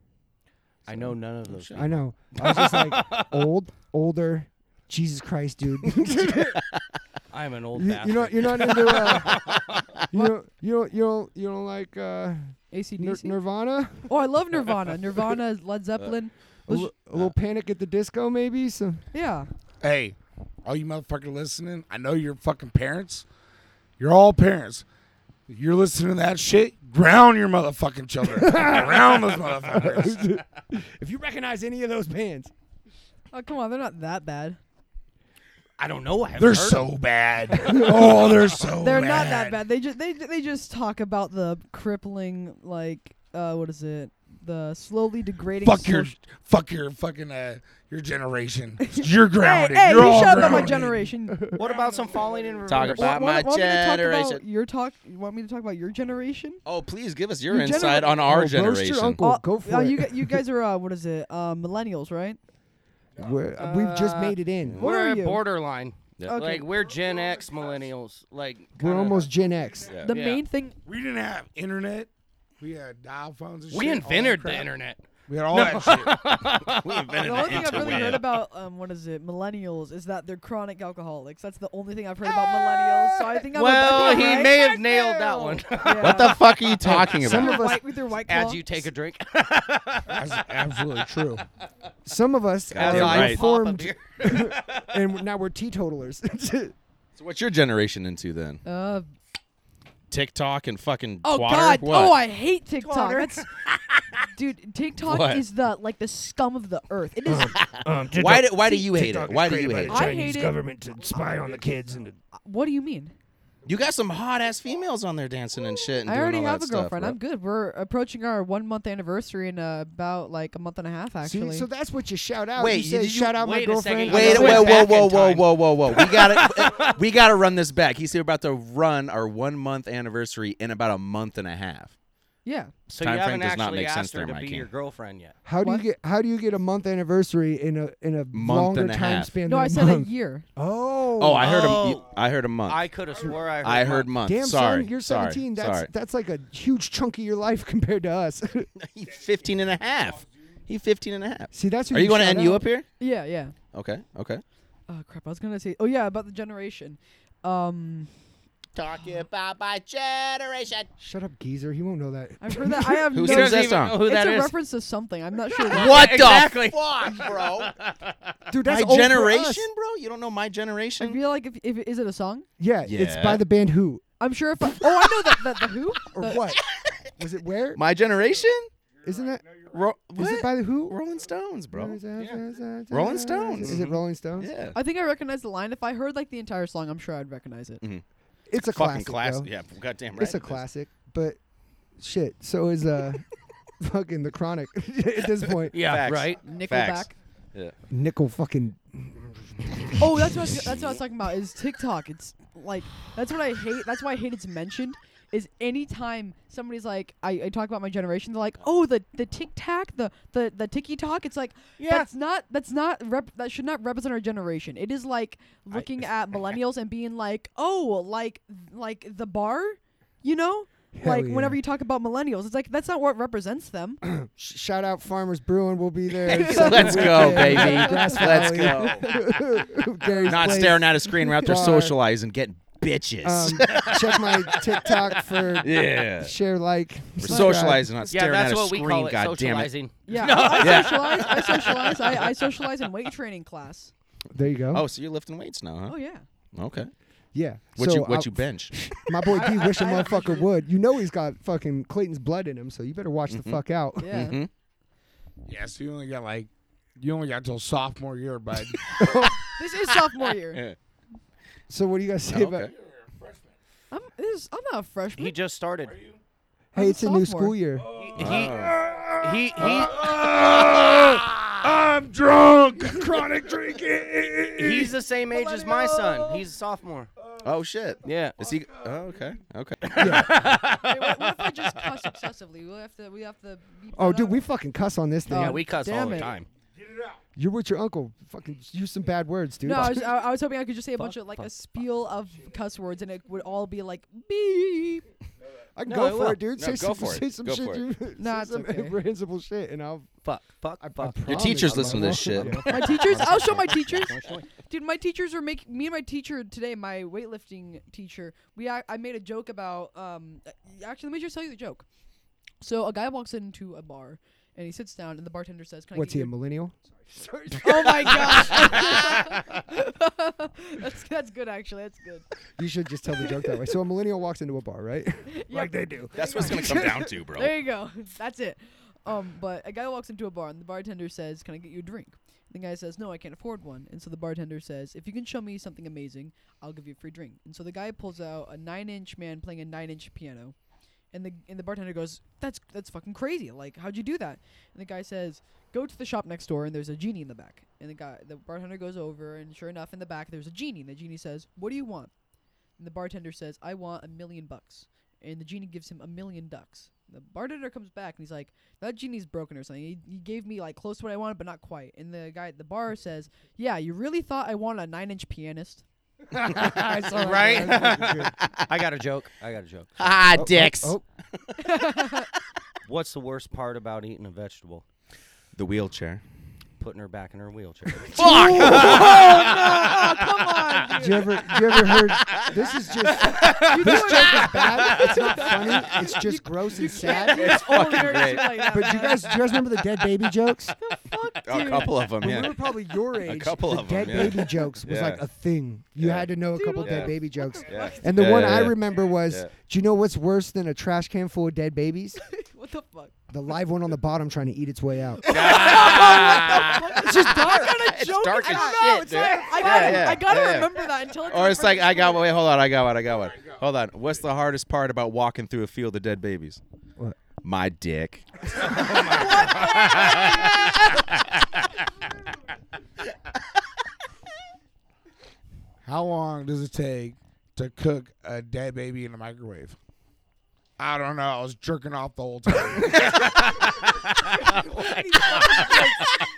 F: I know none of those.
D: I know. I was just like old, older. Jesus Christ, dude.
F: I'm an old
D: you,
F: bastard.
D: you know you're not into. Uh, you know you don't you don't you don't like uh, Nir-
I: ACDC.
D: Nirvana?
I: oh, I love Nirvana. Nirvana, Led Zeppelin.
D: A li- a little Panic at the Disco, maybe some.
I: Yeah.
B: Hey, all you motherfucker listening, I know you're fucking parents. You're all parents. You're listening to that shit. Ground your motherfucking children. Ground those motherfuckers.
D: If you recognize any of those bands,
I: Oh, come on. They're not that bad.
F: I don't know. I haven't
B: They're
F: heard
B: so bad. Oh, they're so
I: They're not that bad. They just they they just talk about the crippling like uh what is it? The slowly degrading
B: Fuck your,
I: soci-
B: fuck your fucking uh, your generation. You're grounded.
I: Hey, hey,
B: you're
I: you
B: all
I: shut
B: grounded.
I: up my generation.
F: What about some falling in reverse?
G: Talk
I: Oh,
G: about
I: want,
G: my
I: want me to talk about
G: generation.
I: your talk? You want me to talk about your generation?
G: Oh, please give us your,
I: Your
G: insight
I: genera-
G: on our
D: roast your
G: generation.
D: uncle. Well, go for
I: uh,
D: it.
I: You, gu- you guys are uh, what is it? Uh, millennials, right?
D: we're, we've just
F: Uh,
D: made it in.
I: What are
F: we're
I: you?
F: borderline.
G: Yeah.
I: Okay.
F: Like we're Gen X millennials. Like
D: We're
F: kinda-
D: almost Gen X.
G: Yeah.
I: The
F: Yeah.
I: main thing.
B: We didn't have internet. We had dial phones and shit.
F: We
B: all
F: invented
B: that crap.
F: the internet.
B: We had all that shit.
G: we
I: The
G: invented
I: only thing I've really
G: interweb.
I: heard about um, what is it? Millennials is that they're chronic alcoholics. That's the only thing I've heard about millennials. So I think I'm.
F: Well,
I: a,
F: he
I: right?
F: may have nailed that one.
I: Yeah.
G: What the fuck are you talking
D: Some
G: about?
D: of us,
I: White with your white claw.
F: As you take a drink.
B: That's absolutely true.
D: some of us
G: Goddamn
D: are
G: right.
D: informed, and now we're teetotalers.
G: So what's your generation into then?
I: Uh,
G: TikTok and fucking
I: oh
G: twatter?
I: God!
G: What?
I: Oh, I hate TikTok. That's, dude, TikTok
G: What?
I: is the like the scum of the earth. It is.
G: why do, why do you hate it? Why do you hate it?
I: I hate it.
A: government to spy on the kids and
I: What do you mean?
G: You got some hot ass females on there dancing and shit. And
I: I
G: doing
I: already
G: all
I: have
G: that
I: a
G: stuff,
I: girlfriend.
G: bro.
I: I'm good. We're approaching our one month anniversary in uh, about like a month and a half,
D: See,
I: actually.
D: so that's what you shout out.
G: Wait,
D: you say,
G: did you-
D: shout out my
F: wait a second,
D: girlfriend.
F: you Let's
G: Wait,
F: go
G: whoa, whoa,
F: back
G: whoa,
F: in
G: whoa,
F: time.
G: whoa, whoa, whoa. We gotta eh, we gotta run this back. He's about to run our one month anniversary in about a month and a half.
I: yeah.
F: So
G: Time
F: you haven't
G: frame does not
F: actually
G: make
F: asked
G: sense
F: her
G: there,
F: to be
G: Mikey.
F: your girlfriend yet.
D: How do
I: What?
D: you get? How do you get a month anniversary in a in a longer
G: and a
D: time
G: half.
D: span?
I: No,
D: than
I: I
D: a
I: said
D: month?
I: a year.
D: Oh,
G: Oh, I heard
F: Oh.
G: him. I heard a month.
F: I could have swore I heard.
G: Uh, I heard
F: my-
G: month.
D: damn
G: sorry,
D: son, you're
G: sorry,
D: 17. That's
G: sorry.
D: that's like a huge chunk of your life compared to us.
G: He 15 and a half. He 15 and a half.
D: See, that's who
G: Are you going to
D: shout
G: end you
D: out.
G: up here?
I: Yeah, yeah.
G: Okay, okay.
I: Oh crap! I was gonna say. Oh yeah, about the generation. Um,
G: Talking about my generation.
D: Shut up, geezer. He won't know that.
I: I've heard that. I have
G: Who
I: no.
G: sings
F: even
G: that
F: know
G: song?
F: who
I: it's
F: that
I: a
F: is.
I: reference to something. I'm not sure. what-
G: What
F: Exactly.
G: the fuck, bro?
D: Dude, that's
G: my
D: old for us.
G: generation, bro? You don't know my
I: I
G: generation?
I: feel like if, if is it a song?
D: Yeah, it's
G: Yeah.
D: by the band Who
I: I'm sure if I, oh I know that the, the Who
D: or
I: The-
D: what? Was it where?
G: My generation?
D: Isn't that?
G: Ro-
D: Is
G: what?
D: it by the Who?
G: Rolling Stones, bro. Rolling
D: Rolling
G: Stones. Mm-hmm.
D: Is it Rolling Stones?
G: Yeah.
I: I think I recognize the line. If I heard like the entire song, I'm sure I'd recognize it.
G: Mm-hmm.
D: It's a
G: Fucking
D: classic.
G: classic.
D: though.
G: Yeah, goddamn right.
D: It's
G: it
D: a
G: is.
D: classic, but shit. So is uh, fucking the Chronic at this point.
F: Yeah,
G: Facts.
F: right.
I: Nickelback.
G: Facts.
D: Nickel fucking.
I: Oh, that's what I was, that's what I was talking about. Is TikTok? It's like that's what I hate. That's why I hate it's mentioned. Is anytime somebody's like, I, I talk about my generation, they're like, oh, the the tic tac, the the the ticky talk. It's like,
F: Yeah.
I: that's not that's not rep- that should not represent our generation. It is like looking at millennials and being like, oh, like like the bar, you know,
D: Hell
I: like
D: yeah.
I: whenever you talk about millennials, it's like that's not what represents them.
D: Sh- shout out Farmers Brewing. We'll be there.
G: Let's go, baby. Let's go.
D: go.
G: Not staring at a screen. We're out there
D: Bar.
G: socializing, getting bitches.
D: Um, check my TikTok for
G: yeah.
D: share, like.
G: We're
D: subscribe.
G: socializing, not
F: Yeah,
G: staring
F: that's
G: at a
F: what we call
G: screen.
F: it.
G: God damn it.
F: socializing.
I: Yeah, I, I socialize. I socialize. I, I socialize in weight training class.
D: There you go.
G: Oh, so you're lifting weights now, huh?
I: Oh yeah.
G: Okay.
D: Yeah.
G: What
D: so
G: you what
D: I-
G: you bench?
D: My boy D wish a motherfucker would. You know he's got fucking Clayton's blood in him, so you better
G: Mm-hmm.
D: watch the fuck out.
I: Yeah.
B: Yeah, so you only got like, you only got till sophomore year, bud.
I: This is sophomore year.
D: So what do you guys say
G: Oh,
D: about?
G: okay.
I: I'm, this, I'm not a freshman.
F: He just started.
D: Hey,
I: I'm a
D: it's a new
I: sophomore.
D: school year.
F: He
G: Oh.
F: he, he,
E: I'm drunk. Chronic drinking.
F: he he's the same age as my son. He's a sophomore.
G: Oh shit.
F: Yeah.
G: Is he? Oh okay. Okay.
I: Wait, what, what if I just cuss excessively? We have to. We have to. beep
D: Oh,
I: that
D: dude,
I: out?
D: we fucking cuss on this thing.
I: Yeah,
F: Yeah, we cuss all
I: damn
F: the
I: it.
F: time.
D: You're with your uncle. Fucking use some bad words, dude.
I: No, I was, uh, I, I was hoping I could just say a bunch of like a spiel of cuss words, and it would all be like beep.
D: I can
F: No,
D: go
F: I
D: for
F: will.
D: it, dude.
G: No,
D: say
G: go
D: some,
G: for it.
D: say some
G: Go
D: shit,
G: for it.
D: dude.
I: Nah,
D: say
I: it's
D: some
I: okay.
D: reprehensible shit, and I'll.
F: Fuck, fuck,
D: I, I
F: fuck.
D: promise
G: Your teachers
D: I
G: listen to this
D: won't.
G: shit.
I: My teachers. I'll show my teachers. Dude, my teachers are making me and my teacher today. My weightlifting teacher. We I, I made a joke about. Um, uh, actually, let me just tell you the joke. So a guy walks into a bar and he sits down, and the bartender says, "Can I
D: What's he,
I: get your
D: a millennial?
I: Oh my gosh. that's that's good actually. That's good.
D: You should just tell the joke that way. So a millennial walks into a bar, right?
I: Like
D: they do.
G: That's what it's gonna come down to, bro.
I: There you go. That's it. Um, but a guy walks into a bar and the bartender says, "Can I get you a drink?" The guy says, "No, I can't afford one." And so the bartender says, "If you can show me something amazing, I'll give you a free drink." And so the guy pulls out a nine-inch man playing a nine-inch piano, and the and the bartender goes, "That's that's fucking crazy! Like, how'd you do that?" And the guy says, "Go to the shop next door, and there's a genie in the back." And the guy, the bartender goes over, and sure enough, in the back there's a genie. And the genie says, "What do you want?" And the bartender says, I want a million bucks. And the genie gives him a million ducks. The bartender comes back and he's like, That genie's broken or something. He, he gave me like close to what I wanted, but not quite. And the guy at the bar says, Yeah, you really thought I wanted a nine inch pianist?
F: Right? I got a joke. I got a joke.
G: Ah, dicks.
D: Oh,
F: What's the worst part about eating a vegetable?
G: The wheelchair.
F: Putting her back in her wheelchair. oh,
D: Did you ever, did you ever heard? This is just. this joke is bad. It's not funny. It's just gross and sad.
I: It's only very like that.
D: But you guys, do you guys remember the dead baby jokes?
I: Fuck,
G: Oh, a
I: dude.
G: couple of them.
D: When we
G: Yeah.
D: were probably your age,
G: couple
D: the
G: of 'em,
D: dead
G: yeah.
D: baby jokes was
G: Yeah.
D: like a thing. You
G: Yeah.
D: had to know a
I: Dude,
D: couple
I: what
D: dead
G: the-
D: baby jokes.
G: Yeah.
D: And the
G: Yeah,
D: one
G: yeah,
D: I
G: yeah.
D: remember was,
G: Yeah.
D: do you know what's worse than a trash can full of dead babies?
I: What the fuck?
D: The live one on the bottom trying to eat its way out.
I: It's just dark. What kind of
G: Ah. It's
I: joke?
G: dark
I: I
G: as
I: don't know.
G: shit,
I: It's
G: dude.
I: like, I gotta,
G: Yeah,
I: I gotta
G: yeah, yeah.
I: remember that until it's
G: Or it's like I got
I: one.
G: wait, hold on, I got one, I got one, hold on. What's the hardest part about walking through a field of dead babies?
D: What?
G: My dick.
B: How long does it take to cook a dead baby in the microwave? I don't know. I was jerking off the whole time.
I: Like,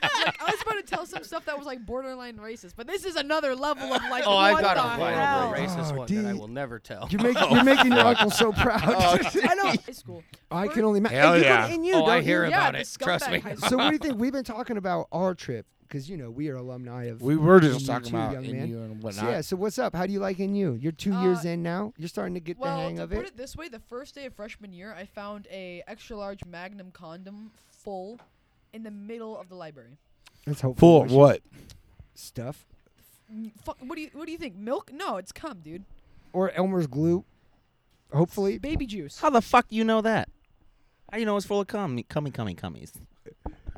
I: I was about to tell some stuff that was like borderline racist, but this is another level of like.
F: oh,
I: what
F: I've got
I: the
F: a horrible
I: hell?
F: racist
D: Oh,
F: one that I
D: dude.
F: will never tell.
D: You're, make, you're making
G: Oh,
D: your uncle so proud.
I: I know. It's cool.
D: I can only imagine.
E: Hell
D: you go
E: yeah.
D: in you,
F: Oh, I
D: don't
F: hear
D: you?
I: Yeah,
F: about
I: the
F: it. Trust
I: scumbag
F: me.
I: high
D: So what do you think? We've been talking about our trip because you know we are alumni of.
B: we were
D: NU
B: just talking
D: too,
B: about
D: young
B: in
D: man.
B: you and
D: So
B: whatnot.
D: yeah. So what's up? How do you like in you? You're two
I: Uh,
D: years in now. You're starting to get
I: well,
D: the hang
I: to
D: of
I: put
D: it.
I: it this way, the first day of freshman year, I found a extra large Magnum condom full in the middle of the library.
D: That's hopeful.
B: Full of what?
D: stuff
I: Mm, Fuck, what do you what do you think? Milk? No, it's cum, dude.
D: or Elmer's glue? Hopefully.
I: Baby juice.
G: How the fuck you know that? How you know it's full of cum cummy cummy cummies?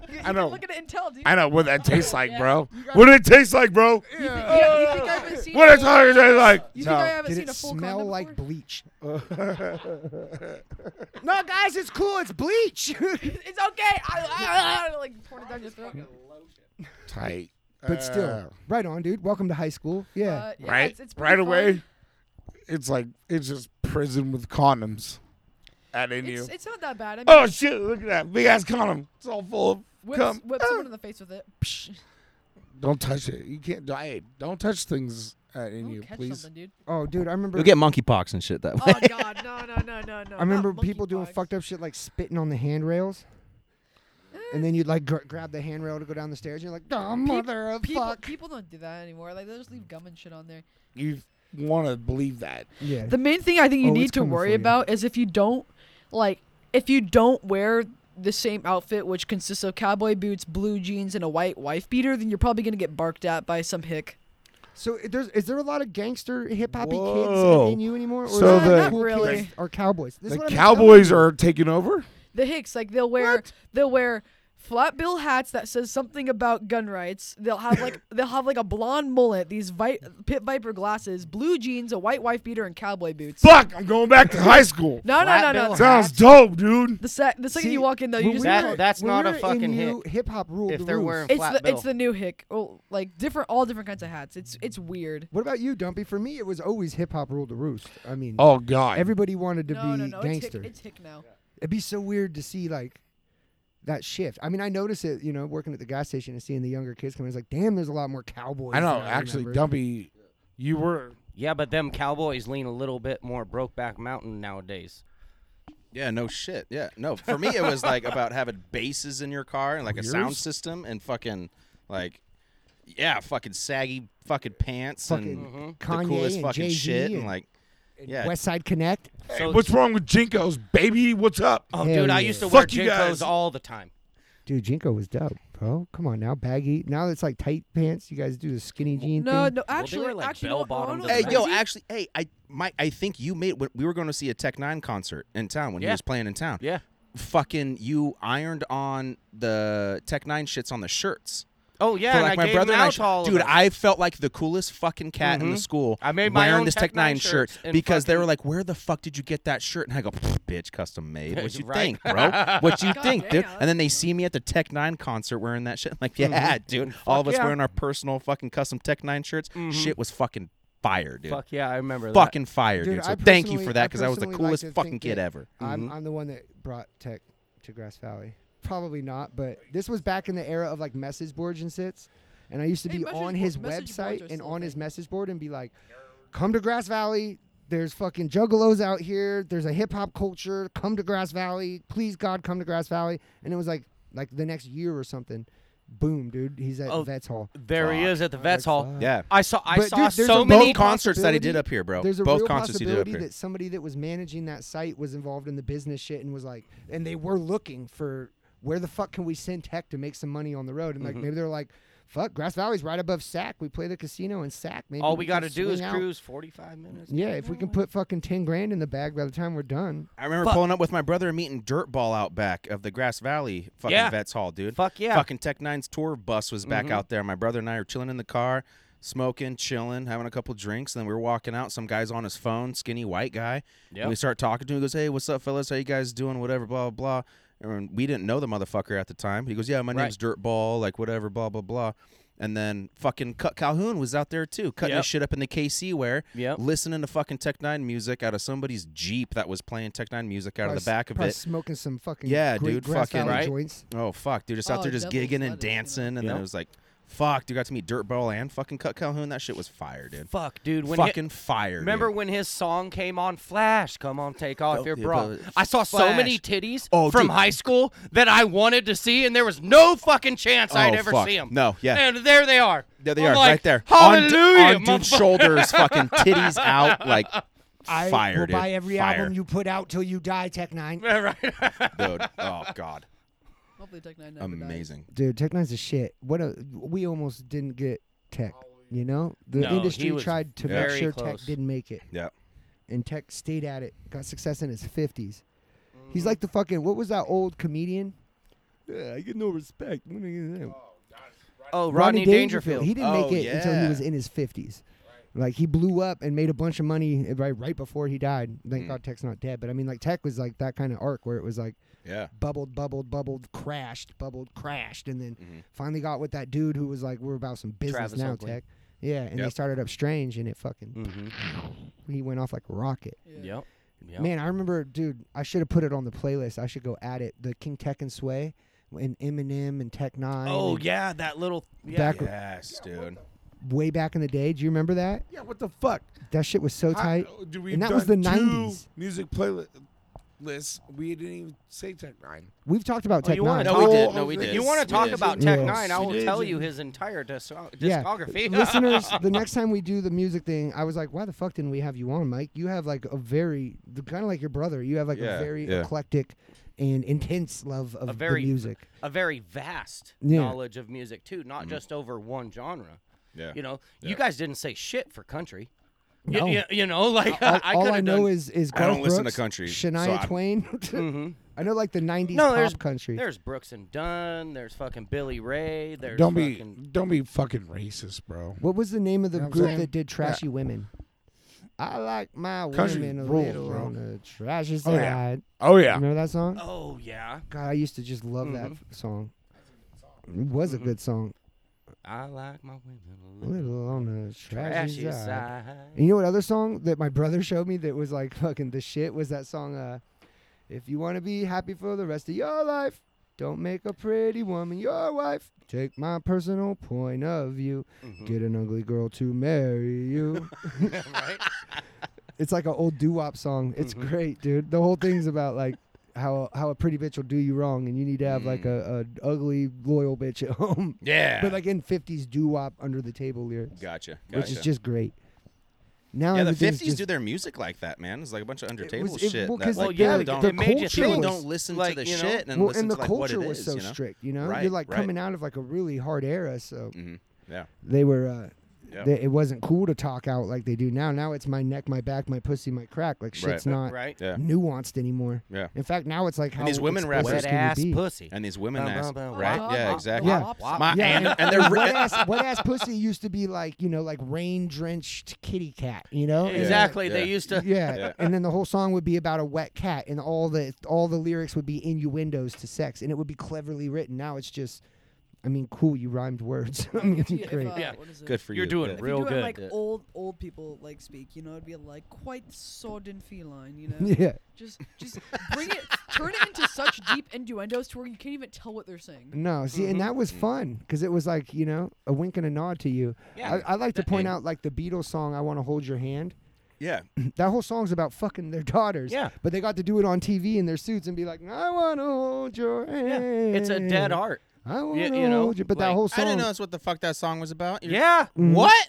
I: You, you
B: know.
I: Can look at it and tell, dude.
B: I know what that tastes like,
I: yeah.
B: bro. What did it taste like, bro?
I: Yeah, you think I haven't seen?
B: What
I: a-
B: did it taste like?
I: You think
B: No.
I: I haven't
D: Did
I: seen
D: it
I: a full
D: smell
I: condom
D: like
I: before?
D: bleach? no, guys, it's cool. It's bleach.
I: It's okay. I, I, I, like poured it down your throat.
B: Tight. Uh,
D: but still, right on, dude. Welcome to high school. Yeah.
I: Uh, yeah,
B: right,
I: it's, it's pretty
B: right
I: fun.
B: away. It's like it's just prison with condoms at in you.
I: It's, it's not that bad. I mean,
B: Oh shit! Look at that big ass condom. It's all full of
I: whip,
B: cum.
I: whip
B: Ah.
I: someone in the face with it. Psh,
B: Don't touch it. You can't. Hey, don't touch things at in
I: Ooh,
B: you,
I: catch
B: please.
I: something, dude.
D: oh, dude, I remember.
G: You'll get monkeypox and shit that way.
I: Oh god, no, no, no, no, no.
D: I remember people doing fucked up shit like spitting on the handrails.
I: Eh,
D: And then you'd like gr- grab the handrail to go down the stairs. And you're like, oh, mother of
I: people,
D: fuck.
I: People don't do that anymore. Like they just leave gum and shit on there.
B: You want to believe that?
D: Yeah.
I: The main thing I think you
D: Oh, it's
I: need to
D: coming for
I: worry
D: you.
I: about is if you don't like if you don't wear the same outfit which consists of cowboy boots, blue jeans, and a white wife beater, then you're probably gonna get barked at by some hick.
D: So i- there's is there a lot of gangster hip hoppy
B: Whoa.
D: kids in you anymore? Or is
B: So
D: it
B: the-
D: cool
I: Not really.
D: kids are cowboys? This is
B: The
D: what I'm telling
B: Cowboys
D: you.
B: are taking over.
I: The Hicks, like they'll wear they'll wear flat bill hats that says something about gun rights. They'll have like they'll have like a blonde mullet, these vi- pit viper glasses, blue jeans, a white wife beater, and cowboy boots.
B: Fuck, I'm going back to high school.
I: No, no, no,
F: Flat
I: no,
F: bill
I: no.
F: hat.
B: Sounds dope, dude.
I: The sec- the second
D: See,
I: you walk in though, you
D: when
I: just "Oh,
D: we
F: That-
D: were-
F: that's
D: when
F: not
D: we
F: a
D: were
F: fucking
D: in
F: hit.
D: Hip hop ruled
F: If
D: the
F: they're
D: roost.
F: wearing
I: it's
F: flat
I: the
F: bill.
I: it's the new hick. Oh, like different all different kinds of hats. It's it's weird.
D: What about you, Dumpy? For me, it was always hip hop ruled the roost. I mean,
B: Oh God.
D: everybody wanted to
I: no,
D: be
I: no, no,
D: gangster.
I: It's hick, it's hick now.
D: It'd be so weird to see like that shift. I mean, I notice it, you know, working at the gas station and seeing the younger kids coming. It's like, damn, there's a lot more cowboys.
B: I know.
D: than
B: Actually,
D: remember.
B: Dumpy, you were.
F: Yeah, but them Cowboys lean a little bit more Brokeback Mountain nowadays.
G: Yeah, no shit. Yeah, no. For me, it was like about having bases in your car and like a sound system and fucking like, yeah, fucking saggy fucking pants
D: Fucking
G: and
D: Kanye
G: Mm-hmm. the coolest
D: and
G: fucking
D: Jay-Z
G: shit and,
D: and-
G: like, yeah,
D: West Side Connect.
F: So-
B: What's wrong with Jinkos, baby? What's up?
F: Oh,
D: Hell
F: dude, I
D: yeah.
F: used to
B: Fuck you
F: wear
B: guys.
F: Jinkos all the time.
D: Dude, Jinko was dope, bro. Come on now, baggy. Now it's like tight pants. You guys do the skinny jean
I: No,
D: thing.
I: no,
F: were,
I: actually,
F: like,
I: actually, no,
F: bell-bottomed
I: no,
F: at
G: Hey,
F: the
G: yo,
F: time.
G: actually, hey, I Mike, I think you made when we were going to see a Tech Nine concert in town when he
F: Yeah.
G: was playing in town.
F: Yeah.
G: Fucking, you ironed on the Tech Nine shits on the shirts.
F: Oh yeah,
G: For,
F: and
G: like
F: I
G: my
F: gave
G: brother
F: them
G: and I,
F: out
G: sh-
F: to all of
G: dude,
F: them.
G: I felt like the coolest fucking cat in the
F: Mhm.
G: school.
F: I made my
G: wearing
F: own
G: this
F: Tech Nine
G: shirt
F: shirts and
G: because they were
F: fucking-
G: like, "Where the fuck did you get that shirt?" And I go, "Pfft, "Bitch, custom made. What you think, bro? What you
I: God
G: think,
I: damn,
G: dude?"
I: that's
G: And then they see me at the Tech Nine concert wearing that shit. I'm like,
F: Mm-hmm.
G: "Yeah, dude. All of us wearing our personal fucking custom Tech Nine shirts.
F: Mm-hmm.
G: Shit was fucking fire, dude."
F: Fuck yeah, I remember that.
G: fucking fire, dude.
D: Dude,
G: So
D: I
G: thank you
D: personally-
G: for that
D: I
G: because I, was the
D: personally like
G: coolest
D: to
G: fucking
D: think
G: kid
D: that
G: ever.
F: Mm.
G: Mm-hmm.
D: I'm, I'm the one that brought tech to Grass Valley. Probably not, but this was back in the era of like message boards and sits. And I used to
I: Hey,
D: be
I: message
D: on
I: board-
D: his
I: message boards are
D: website and
I: still a
D: on his
I: thing.
D: message board and be like, come to Grass Valley. There's fucking juggalos out here. There's a hip hop culture. Come to Grass Valley. Please, God, come to Grass Valley. And it was like, like the next year or something. Boom, dude. He's at
F: Oh,
D: Vets Hall.
F: There he is at the Vets Hall.
D: fuck.
G: Yeah.
F: I saw. I
D: But,
F: saw
D: dude, there's
F: so
D: a
F: many.
D: boat-
G: concerts that I did
D: possibility-
G: up here, bro.
D: There's a
G: Both
D: real
G: concerts he did up
D: possibility
G: here.
D: that somebody that was managing that site was involved in the business shit and was like, and they were looking for where the fuck can we send tech to make some money on the road?
G: Mm-hmm.
D: And like maybe they're like, fuck, Grass Valley's right above Sac. We play the casino in Sac. Maybe
F: all we
D: got
F: gotta do is
D: out.
F: cruise 45 minutes.
D: Yeah, if we can put fucking ten grand in the bag by the time we're done,
G: I remember
F: Fuck.
G: pulling up with my brother and meeting Dirtball out back of the Grass Valley fucking
F: Yeah.
G: Vets Hall, dude.
F: Fuck yeah.
G: Fucking Tech Nine's tour bus was back
F: Mm-hmm.
G: out there. My brother and I are chilling in the car, smoking, chilling, having a couple drinks. And then we were walking out. Some guy's on his phone, skinny white guy.
F: Yep.
G: And we start talking to him. He goes, Hey, what's up, fellas? How you guys doing? Whatever, blah, blah, blah. And we didn't know the motherfucker at the time. He goes, Yeah, my
F: Right.
G: name's Dirtball, like whatever, blah, blah, blah. And then fucking Cut Calhoun was out there too, cutting
F: Yep.
G: his shit up in the KC where
F: Yep.
G: listening to fucking Tech Nine music out of somebody's Jeep that was playing Tech Nine music out
D: probably
G: of
D: s-
G: the back of
D: probably
G: it.
D: smoking some fucking
G: Yeah,
D: great
G: dude,
D: Grass
G: fucking-
D: Valley
F: Right.
D: joints.
G: Oh fuck, dude, just out
I: Oh,
G: there just
I: Devil's
G: gigging
I: Lettuce,
G: and
I: you know.
G: dancing, and then
F: Yeah.
G: it was like, fuck, dude, got to meet Dirtball and fucking Cut Calhoun. That shit was fire, dude.
F: Fuck, dude. When hi-
G: fucking fire.
F: remember
G: dude.
F: when his song came on Flash? Come on, take off
G: Oh,
F: your
G: yeah,
F: bra.
G: but-
F: I saw so many
G: Flash.
F: titties
G: Oh,
F: from
G: dude.
F: high school that I wanted to see, and there was no fucking chance I'd
G: Oh,
F: ever
G: fuck.
F: see them.
G: No, yeah.
F: And there they are.
G: There they
F: I'm
G: are,
F: like,
G: right there. On d-
F: Hallelujah,
G: on, dude's
F: motherfucker."
G: shoulders, fucking titties out, like
D: I
G: fire,
D: will
G: dude.
D: buy every
G: fire.
D: album you put out till you die, Tech Nine.
G: dude. Oh god,
I: Hopefully, Tech Nine never dies.
G: amazing.
D: dude tech nine's a shit what a we almost didn't get tech you know the
F: No, he
D: industry
F: was
D: tried to make
F: very
D: sure tech
F: close.
D: didn't make it
G: Yeah.
D: and tech stayed at it got success in his 50s
F: Mm-hmm.
D: he's like the fucking what was that old comedian yeah i get no respect
F: Oh,
D: rodney,
F: Rodney, Dangerfield.
D: he didn't
G: Oh,
D: make it until he
G: yeah.
D: was in his 50s like he blew up and made a bunch of money eh, right right before he died
G: Mm.
D: thank god tech's not dead but i mean like tech was like that kind of arc where it was like
G: Yeah,
D: bubbled, bubbled, bubbled, crashed, bubbled, crashed, and then
G: Mm-hmm.
D: finally got with that dude who was like, "We're about some business
F: Travis
D: now,
F: Oakley.
D: tech." Yeah, and they
G: Yep. Mm-hmm.
D: started up strange, and it fucking he went off like a rocket.
F: Yep. Yep.
D: Man, I remember, dude, I should have put it on the playlist. I should go at it. The King Tech and Sway, and Eminem and Tech Nine.
F: Oh
D: and
F: yeah, that little yeah.
D: back
G: yes, dude.
D: way back in the day. Do you remember that?
B: Yeah, what the fuck?
D: That shit was so tight.
B: I- dude, we've
D: and that was the
B: done two
D: '90s.
B: Music playlist lists. We didn't even say Tech Nine.
D: We've talked about
F: Oh,
D: Tech
F: you
D: Nine.
F: wanna
G: No, we
F: talk-
G: did. No, we did.
F: You want
G: We
F: to talk
G: did.
F: about
D: Yeah.
F: Tech Nine? I
B: We
F: will
B: did.
F: tell you his entire dis- discography.
D: Yeah. Listeners, the next time we do the music thing, I was like, why the fuck didn't we have you on, Mike? You have like a very, kind of like your brother, you have like
G: Yeah,
D: a very
G: yeah.
D: eclectic and intense love of
F: A very
D: the music.
F: a very vast
D: Yeah.
F: Mm-hmm. knowledge of music too, not just over one genre.
G: Yeah.
F: You know,
G: Yeah.
F: you guys didn't say shit for country. Y-
D: No.
F: y- You, know, like
D: all,
F: I,
D: all
F: could
D: I
F: have
D: know
F: done,
D: is is
G: I don't
D: Garth
G: listen to
D: Brooks,
G: country, so
D: Shania
G: I'm-
D: Twain.
F: Mhm.
D: I know like the '90s
F: No, there's-
D: pop country.
F: there's Brooks and Dunn, there's fucking Billy Ray, there's
B: Don't be
F: fucking,
B: don't be fucking racist, bro.
D: What was the name of the
B: You know what I'm
D: group
B: saying?
D: that did Trashy Women? I like my
B: Country
D: women a
B: rules,
D: little
B: bro.
D: on the trashy
B: Oh,
D: side.
B: yeah. Oh yeah.
D: Remember that song?
F: Oh yeah.
D: God, I used to just love that f- song. It was a good song.
F: I like my women
D: A
F: a little
D: little on the trashy,
F: trashy
D: side.
F: side.
D: And you know what other song that my brother showed me that was like fucking the shit was that song uh If you wanna be happy for the rest of your life, don't make a pretty woman your wife. Take my personal point of view. Get an ugly girl to marry you. it's like an old doo-wop song. It's great, dude. The whole thing's about like how how a pretty bitch will do you wrong and you need to have like a, a ugly loyal bitch at home.
G: Yeah.
D: But like in 50s doo-wop under the table lyrics
G: gotcha. Gotcha.
D: which is just great. Now
G: yeah, the
D: everything's
G: fifties
D: just-
G: do their music like that, man. It's like a bunch of under
D: It
G: table
D: was- it-
G: shit.
D: well,
G: that,
D: 'cause,
G: like,
D: like,
G: people
D: yeah,
G: don't,
D: the
G: it made you-
D: culture
G: people
D: was-
G: don't listen
F: like,
G: to the
F: you know-
G: shit and
D: well,
G: listen
D: and the
G: to like what
D: culture
G: it
D: was
G: is,
D: so
G: you know?
D: strict. You know,
G: Right,
D: you're like
G: right.
D: coming out of like a really hard era, so
G: Mhm. Yeah.
D: they were. Uh,
G: Yeah.
D: they- it wasn't cool to talk out like they do now. Now it's my neck, my back, my pussy, my crack. Like shit's not
F: Right?
G: Yeah.
D: nuanced anymore.
G: Yeah.
D: In fact, now it's like how
G: And these women
D: explicit
G: rappers-
F: Wet
D: can you
F: ass
D: be?
F: pussy.
G: And these women
F: Bum,
G: ask,
F: bum, bum,
G: right?
F: wop,
G: Yeah,
F: wop,
G: exactly.
D: Yeah.
I: Wop,
G: My
D: Yeah,
G: and,
D: and-
G: and they're ri-
D: Wet ass, wet ass pussy used to be like you know, like rain drenched kitty cat. You know, And, like,
F: Exactly. They
G: Yeah.
F: used to
D: Yeah.
G: Yeah.
D: and then the whole song would be about a wet cat, and all the all the lyrics would be innuendos to sex, and it would be cleverly written. Now it's just, I mean, cool, you rhymed words. I mean,
J: If you- if,
D: great.
J: uh,
F: Yeah.
J: what is it?
G: good for you.
F: You're doing
G: yeah.
J: If
F: Real
J: you do
F: good.
J: It, like
G: Yeah.
J: old old people like speak, you know, it'd be like quite sod and feline, you know.
D: yeah,
I: Just, just bring it, turn it into such deep innuendos to where you can't even tell what they're saying.
D: no, see,
F: Mm-hmm.
D: and that was fun because it was like you know a wink and a nod to you.
F: Yeah.
D: I, I like to point
G: and-
D: out like the Beatles song "I Want to Hold Your Hand."
G: Yeah.
D: That whole song's about fucking their daughters.
F: Yeah.
D: but they got to do it on TV in their suits and be like, "I want to hold your
F: Yeah.
D: hand."
F: It's a dead art.
D: I want to
F: you know,
D: hold you, but that
F: like,
D: whole
G: I
D: song.
G: didn't know that's what the fuck that song was about. You're-
F: Yeah.
G: What?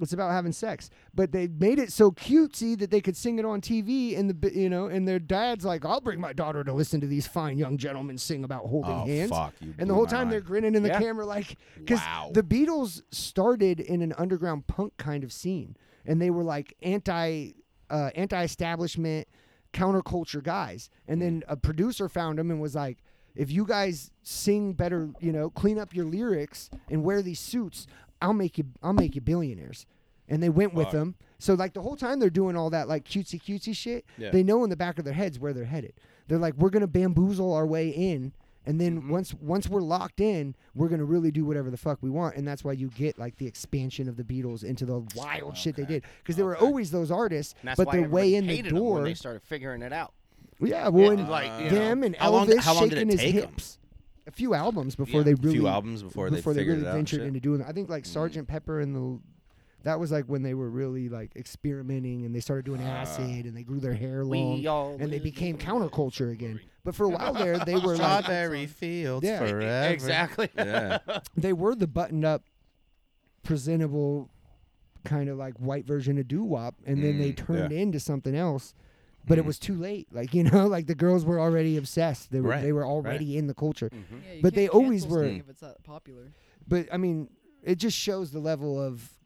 D: It's about having sex, but they made it so cutesy that they could sing it on TV, and the bi- you know, and their dad's like, "I'll bring my daughter to listen to these fine young gentlemen sing about holding
G: Oh,
D: hands."
G: fuck, you
D: and
G: blew
D: the whole
G: my
D: time they're
G: mind.
D: grinning in the
F: Yeah.
D: camera, like, because
G: Wow.
D: the Beatles started in an underground punk kind of scene, and they were like anti uh, anti-establishment counterculture guys. And
G: Mm.
D: then a producer found them and was like, "If you guys sing better, you know, clean up your lyrics and wear these suits, I'll make you I'll make you billionaires." And they went with them. So like the whole time they're doing all that like cutesy cutesy shit,
G: Yeah.
D: they know in the back of their heads where they're headed. They're like, "We're gonna bamboozle our way in." And then
G: Mm-hmm.
D: once once we're locked in, we're gonna really do whatever the fuck we want, and that's why you get like the expansion of the Beatles into the wild shit they did, because they were always those artists,
F: And that's
D: but
F: why
D: they're way
F: everybody
D: in the
F: hated 'em when
D: door.
F: they started figuring it out.
D: yeah, well,
F: And,
D: and
F: like, you know,
D: them and
G: How
D: Elvis
G: long did- how long did
D: shaking
G: it
D: his
G: take 'em?
D: hips. A few albums before they
G: few
D: really
G: albums before they
D: before they,
G: figured
D: really
G: it out and
D: ventured
G: shit. Mm-hmm.
D: into doing. I think like Sergeant Pepper and the that was like when they were really like experimenting and they started doing
G: Ah.
D: acid and they grew their hair
F: We
D: long
F: all
D: and they
F: live
D: became
F: in a
D: counterculture again. But for a while there, they were like
G: Strawberry fields
D: Yeah. e-,
G: forever.
F: Exactly.
G: Yeah.
D: they were the buttoned up, presentable, kind of like white version of doo wop, and then they
G: Mm,
D: turned into something else. But it was too late. Like you know, like the girls were already obsessed. They were
G: Right,
D: they were
G: right.
D: already in the culture.
J: Yeah, you
D: But they
J: can't cancel
D: always were-
J: something If it's that popular.
D: But I mean, it just shows the level of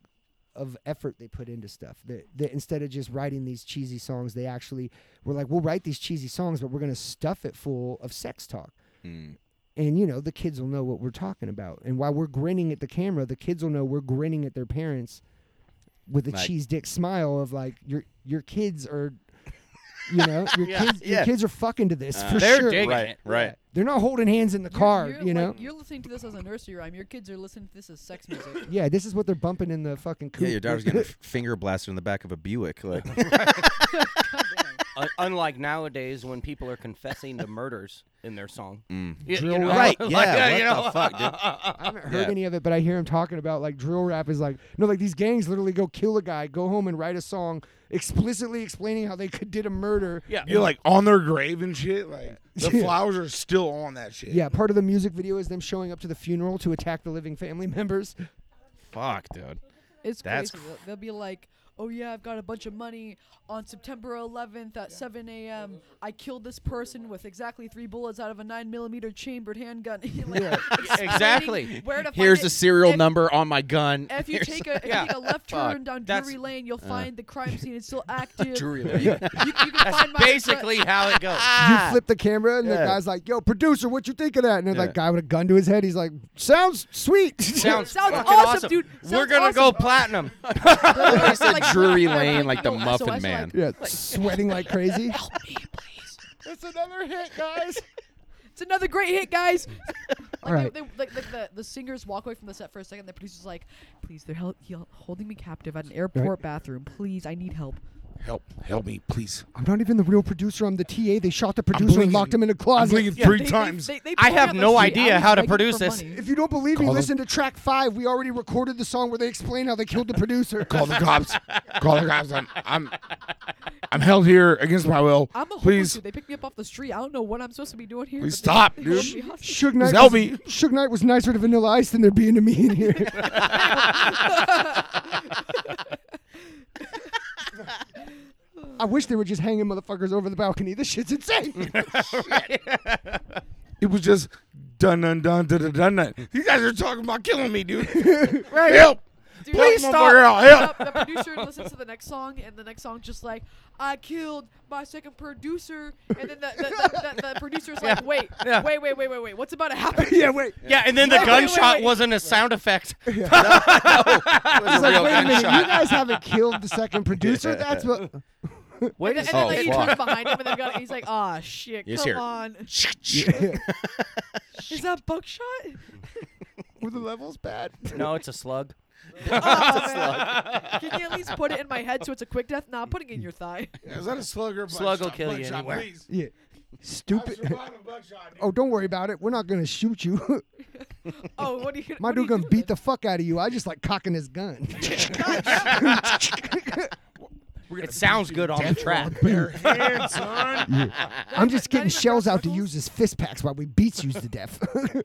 D: of effort they put into stuff. That, that instead of just writing these cheesy songs, they actually were like, "We'll write these cheesy songs, but we're gonna stuff it full of sex talk."
G: Mm.
D: and you know the kids will know what we're talking about and while we're grinning at the camera the kids will know we're grinning at their parents with a
G: Like-
D: cheese dick smile of like your your kids are you know your kids your
G: yeah. Uh,
D: kids are fucking to this for
F: They're
D: sure
F: digging
G: Right.
F: it.
G: Right.
D: they're not holding hands in the
J: You're-
D: car
J: you're,
D: you know
J: like, you're listening to this as a nursery rhyme. Your kids are listening to this as sex music.
D: yeah this is what they're bumping in the fucking coupe.
G: Yeah, your daughter's getting f- finger blasted in the back of a Buick. Like,
F: Un- unlike nowadays when people are confessing to murders in their song.
G: Mm.
F: Y-
D: Drill
F: you know,
G: right?
D: Right,
G: Yeah.
F: like,
G: what
F: you
G: the
F: know,
G: fuck, dude?
D: I haven't heard
G: Yeah.
D: any of it, but I hear him talking about like drill rap is like no, like these gangs literally go kill a guy, go home and write a song explicitly explaining how they could did a murder.
F: Yeah.
B: You're like on their grave and shit. Like the
D: Yeah.
B: flowers are still on that shit.
D: Yeah, part of the music video is them showing up to the funeral to attack the living family members.
G: fuck, dude.
J: It's
G: That's
J: crazy. They'll, they'll be like,
I: oh yeah, I've got a bunch of money. On September 11th at 7 a.m., I killed this person with exactly three bullets out of a nine millimeter chambered handgun. Like, explaining
G: e-, exactly.
I: Where to find
G: Here's
I: it.
G: the serial
I: If-
G: number on my gun.
I: If you
G: Here's-
I: take a, if
G: Yeah.
I: you take a left
G: Fuck.
I: turn down
G: That's-
I: Drury Lane, you'll
G: uh.
I: find the crime scene is still active.
G: Drury
I: You-
G: Lane.
I: you can find my
F: Basically, how it goes.
D: you flip the camera and the
F: Yeah.
D: guy's like, "Yo, producer, what you think of that?" And then
F: Yeah.
D: that guy with a gun to his head, he's like, "Sounds sweet."
F: Sounds,
I: Sounds
F: fucking
I: awesome,
F: awesome,
I: dude.
F: We're
I: Sounds
F: gonna go
I: awesome.
F: platinum.
G: I said
I: like,
G: Drury
I: like,
G: Lane, like the
I: yo,
G: Muffin
I: SOS,
G: Man.
D: yeah, sweating like crazy.
B: It's another hit, guys.
I: It's another great hit, guys.
D: All right.
I: They, like, like the, the singers walk away from the set for a second. The producer's like, "Please, they're hel- hel- holding me captive at an airport bathroom. Please, I need help."
B: help, help me, please.
D: I'm not even the real producer. I'm the TA. They shot the producer and
B: blinking.
D: locked him in a
B: I'm
D: closet.
B: blinking three
I: They- they-
B: times.
I: they- they
F: I
I: point
F: have
I: out, like,
F: no
I: "See, I
F: idea
I: was
F: how to
I: begging
F: produce
I: for
F: this."
I: money."
D: If you don't believe me,
B: Call them.
D: listen to track five. We already recorded the song where they explain how they killed the producer.
B: Call the cops. Call the cops. I'm, I'm, I'm held here against my will.
I: I'm a homeless
B: please,
I: dude. They picked me up off the street. I don't know what I'm supposed to be doing here.
B: Please
I: but
B: stop,
I: they- they
B: dude.
I: let me off.
D: Suge
B: please
D: Knight, was,
B: help me.
D: Suge Knight was nicer to Vanilla Ice than they're being to me in here. I wish they were just hanging motherfuckers over the balcony. This shit's insane.
B: It was just dun dun dun dun dun dun. dun. You guys are talking about killing me, dude. right. Help.
I: Dude,
B: Please
I: the-
B: stop. Girl,
I: the-
B: help.
I: The producer listens to the next song, and the next song just like, "I killed my second producer," and then the the, the, the, the producer's like, "Wait,
F: Yeah.
I: wait, wait, wait, wait, wait. What's about to happen?"
D: yeah, wait.
F: Yeah, and then the
I: Wait, wait, wait,
F: gunshot
I: wait.
F: wasn't a sound effect.
G: It was a
D: It's like,
G: real
D: wait a minute.
G: gunshot.
D: You guys haven't killed the second producer? That's what.
F: Wait a
I: And then
G: Oh,
I: like, he
F: second.
G: fuck.
I: turns behind him and then got, he's like, "Ah, shit,
G: Yes,
I: come
G: here.
I: on." Is that Oh, buckshot?
D: Were the levels bad?
F: No, it's a slug.
I: oh, man. Can you at least put it in my head so it's a quick death? Nah, I'm putting it in your thigh.
B: Yeah, is that a slug or a
F: Slug will
B: buckshot?
F: kill you
B: Buckshot,
F: anywhere.
B: Please.
D: Yeah.
B: I
D: Stupid.
B: survived a buckshot, dude.
D: Oh, don't worry about it. We're not gonna shoot you.
I: Oh, what are you gonna?
D: My
I: what are
D: dude
I: you
D: gonna
I: doing?
D: beat the fuck out of you. I just like cocking his gun.
F: It sounds good on the track.
B: Bare hands, son.
D: I'm just
I: not
D: getting
I: even
D: shells out to
I: knuckles?
D: use as fist packs while we beats you to death.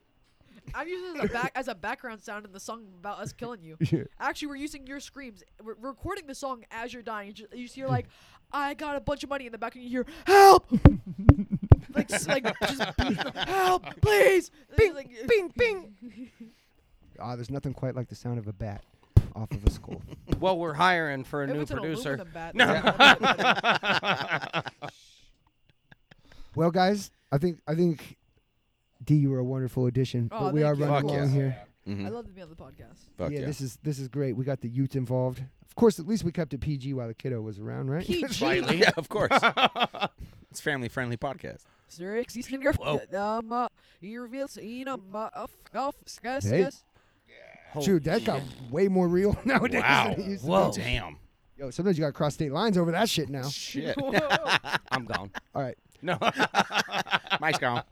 I: I'm using it as a back as a background sound in the song about us killing you.
D: Yeah.
I: Actually, we're using your screams. We're we're recording the song as you're dying. You just, you just hear like, "I got a bunch of money" in the back, and you hear "Help!" like, s- like just help, please. Bing, bing, bing.
D: Ah, there's nothing quite like the sound of a bat off of a skull.
F: Well, we're hiring for a
I: If
F: new
I: it's an
F: producer.
I: aluminum bat,
F: No.
I: yeah.
D: well, guys, I think I think D, you were a wonderful addition,
I: Aw,
D: but we are
I: thank you.
D: running
G: Fuck
D: long
G: yeah.
D: here.
I: I
G: Mhm.
I: love to be on the podcast.
G: Fuck
D: yeah,
G: yeah.
D: this is this is great. We got the youth involved. Of course, at least we kept it PG while the kiddo was around, right?
I: PG.
G: Yeah, of course. it's family friendly podcast.
I: Six, he's in your um, uh, he reveals, you know, uh, off, off, yes,
D: Hey.
I: yes.
D: Dude, that got way more real nowadays.
G: Wow.
D: Than it used to
F: Whoa.
D: be.
G: Damn.
D: Yo, sometimes you gotta cross state lines over that shit now.
G: Shit.
I: Whoa, whoa.
F: I'm gone.
D: All right.
F: No.
G: Mike's gone.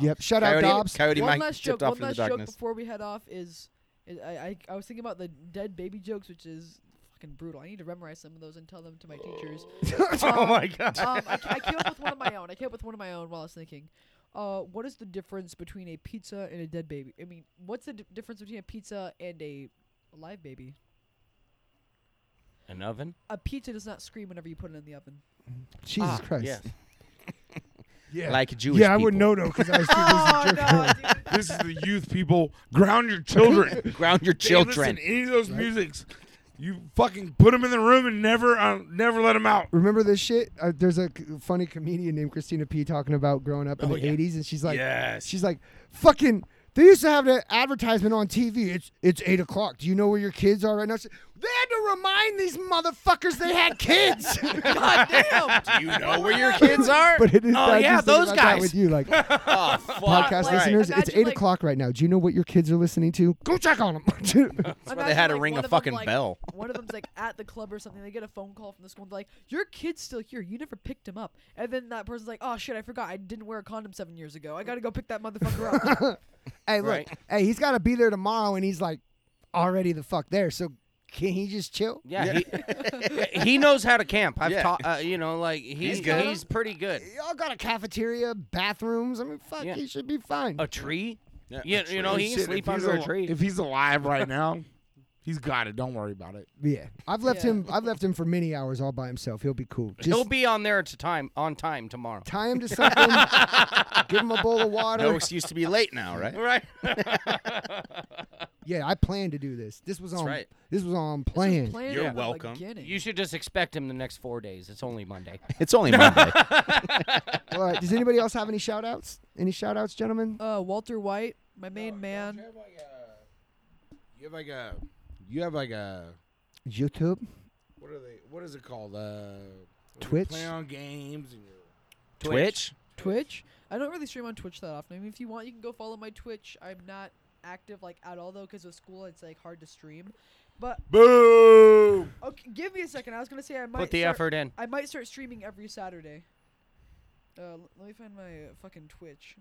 D: Yep. Shout out
G: Coyote,
D: Dobbs.
G: Coyote
I: one
G: Mike
I: last
G: tipped
I: joke.
G: off
I: one
G: in the
I: last joke
G: darkness.
I: before we head off is, is I, I I was thinking about the dead baby jokes, which is fucking brutal. I need to memorize some of those and tell them to my teachers.
F: oh my god.
I: Um, I, I came up with one of my own. I came up with one of my own while I was thinking. Uh, what is the difference between a pizza and a dead baby? I mean, what's the d- difference between a pizza and a live baby?
F: An oven?
I: A pizza does not scream whenever you put it in the oven.
D: Jesus
F: Ah,
D: Christ.
F: yes.
B: Yeah.
G: Like Jewish
D: Yeah, I
G: people.
D: wouldn't know though because I was too busy jerking off.
B: this is the youth people. Ground your children.
G: Ground your
B: They Listen,
G: children.
B: to any of those musics, you fucking put them in the room and never, uh, never let them out.
D: Remember this shit? Uh, there's a c- funny comedian named Christina P talking about growing up in
F: Oh,
D: the 80s, and she's like,
B: Yes.
D: she's like, fucking. They used to have an advertisement on TV. It's it's eight o'clock. Do you know where your kids are right now? She- they had to remind these motherfuckers they had kids.
I: God damn!
G: Do you know where your kids are?
D: but it is.
F: Oh,
D: I
F: yeah,
D: just think
F: those
D: about that
F: guys.
D: with you, like
G: oh, fuck.
D: podcast
I: Right.
D: listeners. It's
I: Imagine,
D: eight
I: like-
D: o'clock right now. Do you know what your kids are listening to? Go check on them.
I: That's
G: why they had to ring a fucking
I: like,
G: bell.
I: One of them's like at the club or something. They get a phone call from the school. And they're like, "Your kid's still here. You never picked him up." And then that person's like, "Oh shit, I forgot. I didn't wear a condom seven years ago. I gotta go pick that motherfucker up."
D: hey, look.
F: Right.
D: Hey, he's got to be there tomorrow, and he's like already the fuck there. So can he just chill?
F: Yeah. He, he knows how to camp. I've
G: Yeah.
F: taught, uh, you know, like he, he's,
G: good.
F: pretty good.
D: Y'all got a cafeteria, bathrooms. I mean, fuck,
F: Yeah.
D: he should be fine.
F: A tree?
G: Yeah,
F: Yeah,
G: a
F: you know,
B: Oh,
F: he
B: shit,
F: can sleep
B: if he's
F: under a
B: al-
F: tree.
B: If he's alive right now, He's got it. Don't worry about it.
D: Yeah, I've left him. I've left him for many hours all by himself. He'll be cool. Just
F: He'll be on there to time on time tomorrow.
D: tie him to something. give him a bowl of water.
G: No excuse to be late now, right?
F: Right.
D: Yeah, I planned to do this. This was
G: That's
D: on.
G: right.
D: This was on plan.
I: Planned
G: You're
I: at the
G: welcome.
I: beginning.
F: You should just expect him the next four days. It's only Monday.
G: It's only Monday.
D: All right, does anybody else have any shout outs? Any shout outs, gentlemen?
J: Uh, Walter White, my main
F: Um,
J: man.
B: You have like a. You have like a.
D: YouTube.
B: What are they? What is it called? Uh,
D: Twitch?
B: Playing on games and your
G: Twitch.
I: Twitch. I don't really stream on Twitch that often. I mean, if you want, you can go follow my Twitch. I'm not active like at all though, because of school, it's like hard to stream. But
B: boom.
I: okay, give me a second. I was gonna say I might
F: Put the
I: start,
F: effort in.
I: I might start streaming every Saturday. Uh, l- let me find my uh, fucking Twitch.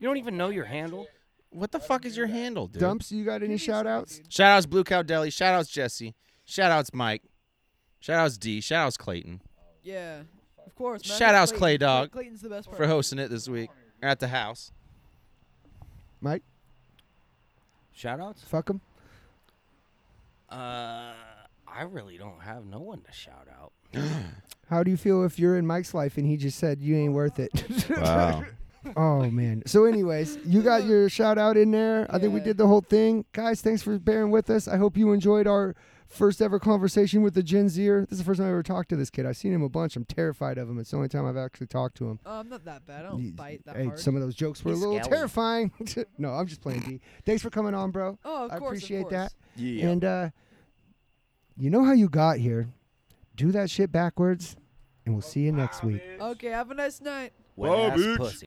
F: You don't even know your handle.
G: What the fuck is your handle, dude?
D: Dumps, you got
I: Give me
D: any
I: a
D: shout
I: second,
D: outs?
I: dude.
G: Shout outs Blue Cow Deli. Shout outs Jesse. Shout outs Mike. Shout outs D. Shout outs Clayton
I: Yeah, of course. man.
G: Shout outs,
I: Clayton.
G: Clay Dog,
I: Clayton's the best part.
G: for hosting it this week at the house.
D: Mike,
F: Shout outs?
D: fuck him.
F: Uh, I really don't have no one to shout out.
D: How do you feel if you're in Mike's life and he just said you ain't worth it?
G: Wow.
D: oh man. So, anyways, you got your shout out in there. I think we
I: Yeah.
D: did the whole thing, guys. Thanks for bearing with us. I hope you enjoyed our first ever conversation with the Gen Zer. This is the first time I ever talked to this kid. I've seen him a bunch. I'm terrified of him. It's the only time I've actually talked to him.
I: Uh, I'm not that bad. I don't
D: Ye-
I: bite that
D: hey,
I: hard.
D: some of those jokes were a
F: He's
D: little
F: scowling.
D: terrifying. no, I'm just playing D. Thanks for coming on, bro.
I: oh, of
D: I
I: course.
D: appreciate
I: of
D: that.
I: course.
G: Yeah.
D: And uh, you know how you got here. Do that shit backwards, and we'll see you next week.
I: Okay. Have a nice night.
F: Wet ass pussy.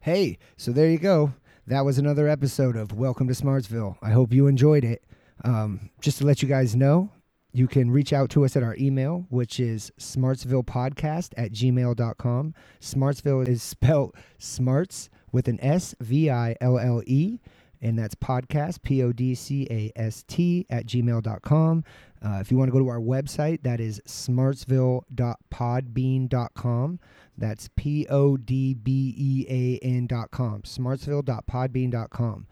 D: Hey, so there you go. That was another episode of Welcome to Smartsville. I hope you enjoyed it. Um, just to let you guys know, you can reach out to us at our email, which is smartsvillepodcast at gmail.com. Smartsville is spelled smarts with an S V I L L E, and that's podcast, P O D C A S T, at gmail.com. Uh, if you want to go to our website, that is smartsville.podbean.com. That's P O D B E A N dot com. Smartsville.podbean dot com.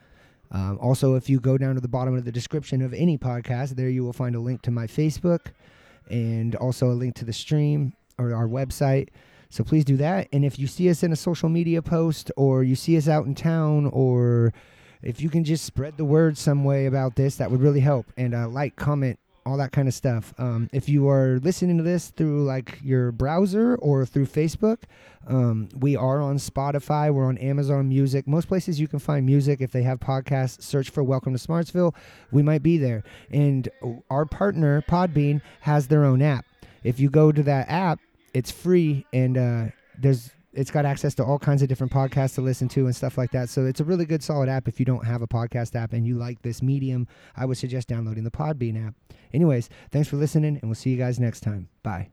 D: Um, also, if you go down to the bottom of the description of any podcast, there you will find a link to my Facebook and also a link to the stream or our website. So please do that. And if you see us in a social media post or you see us out in town or if you can just spread the word some way about this, that would really help. And uh, like, comment, all that kind of stuff. Um, if you are listening to this through like your browser or through Facebook, um, we are on Spotify. We're on Amazon Music. Most places you can find music. If they have podcasts, search for Welcome to Smartsville. We might be there. And our partner, Podbean, has their own app. If you go to that app, it's free and uh, there's it's got access to all kinds of different podcasts to listen to and stuff like that. So it's a really good solid app if you don't have a podcast app and you like this medium. I would suggest downloading the Podbean app. Anyways, thanks for listening and we'll see you guys next time. Bye.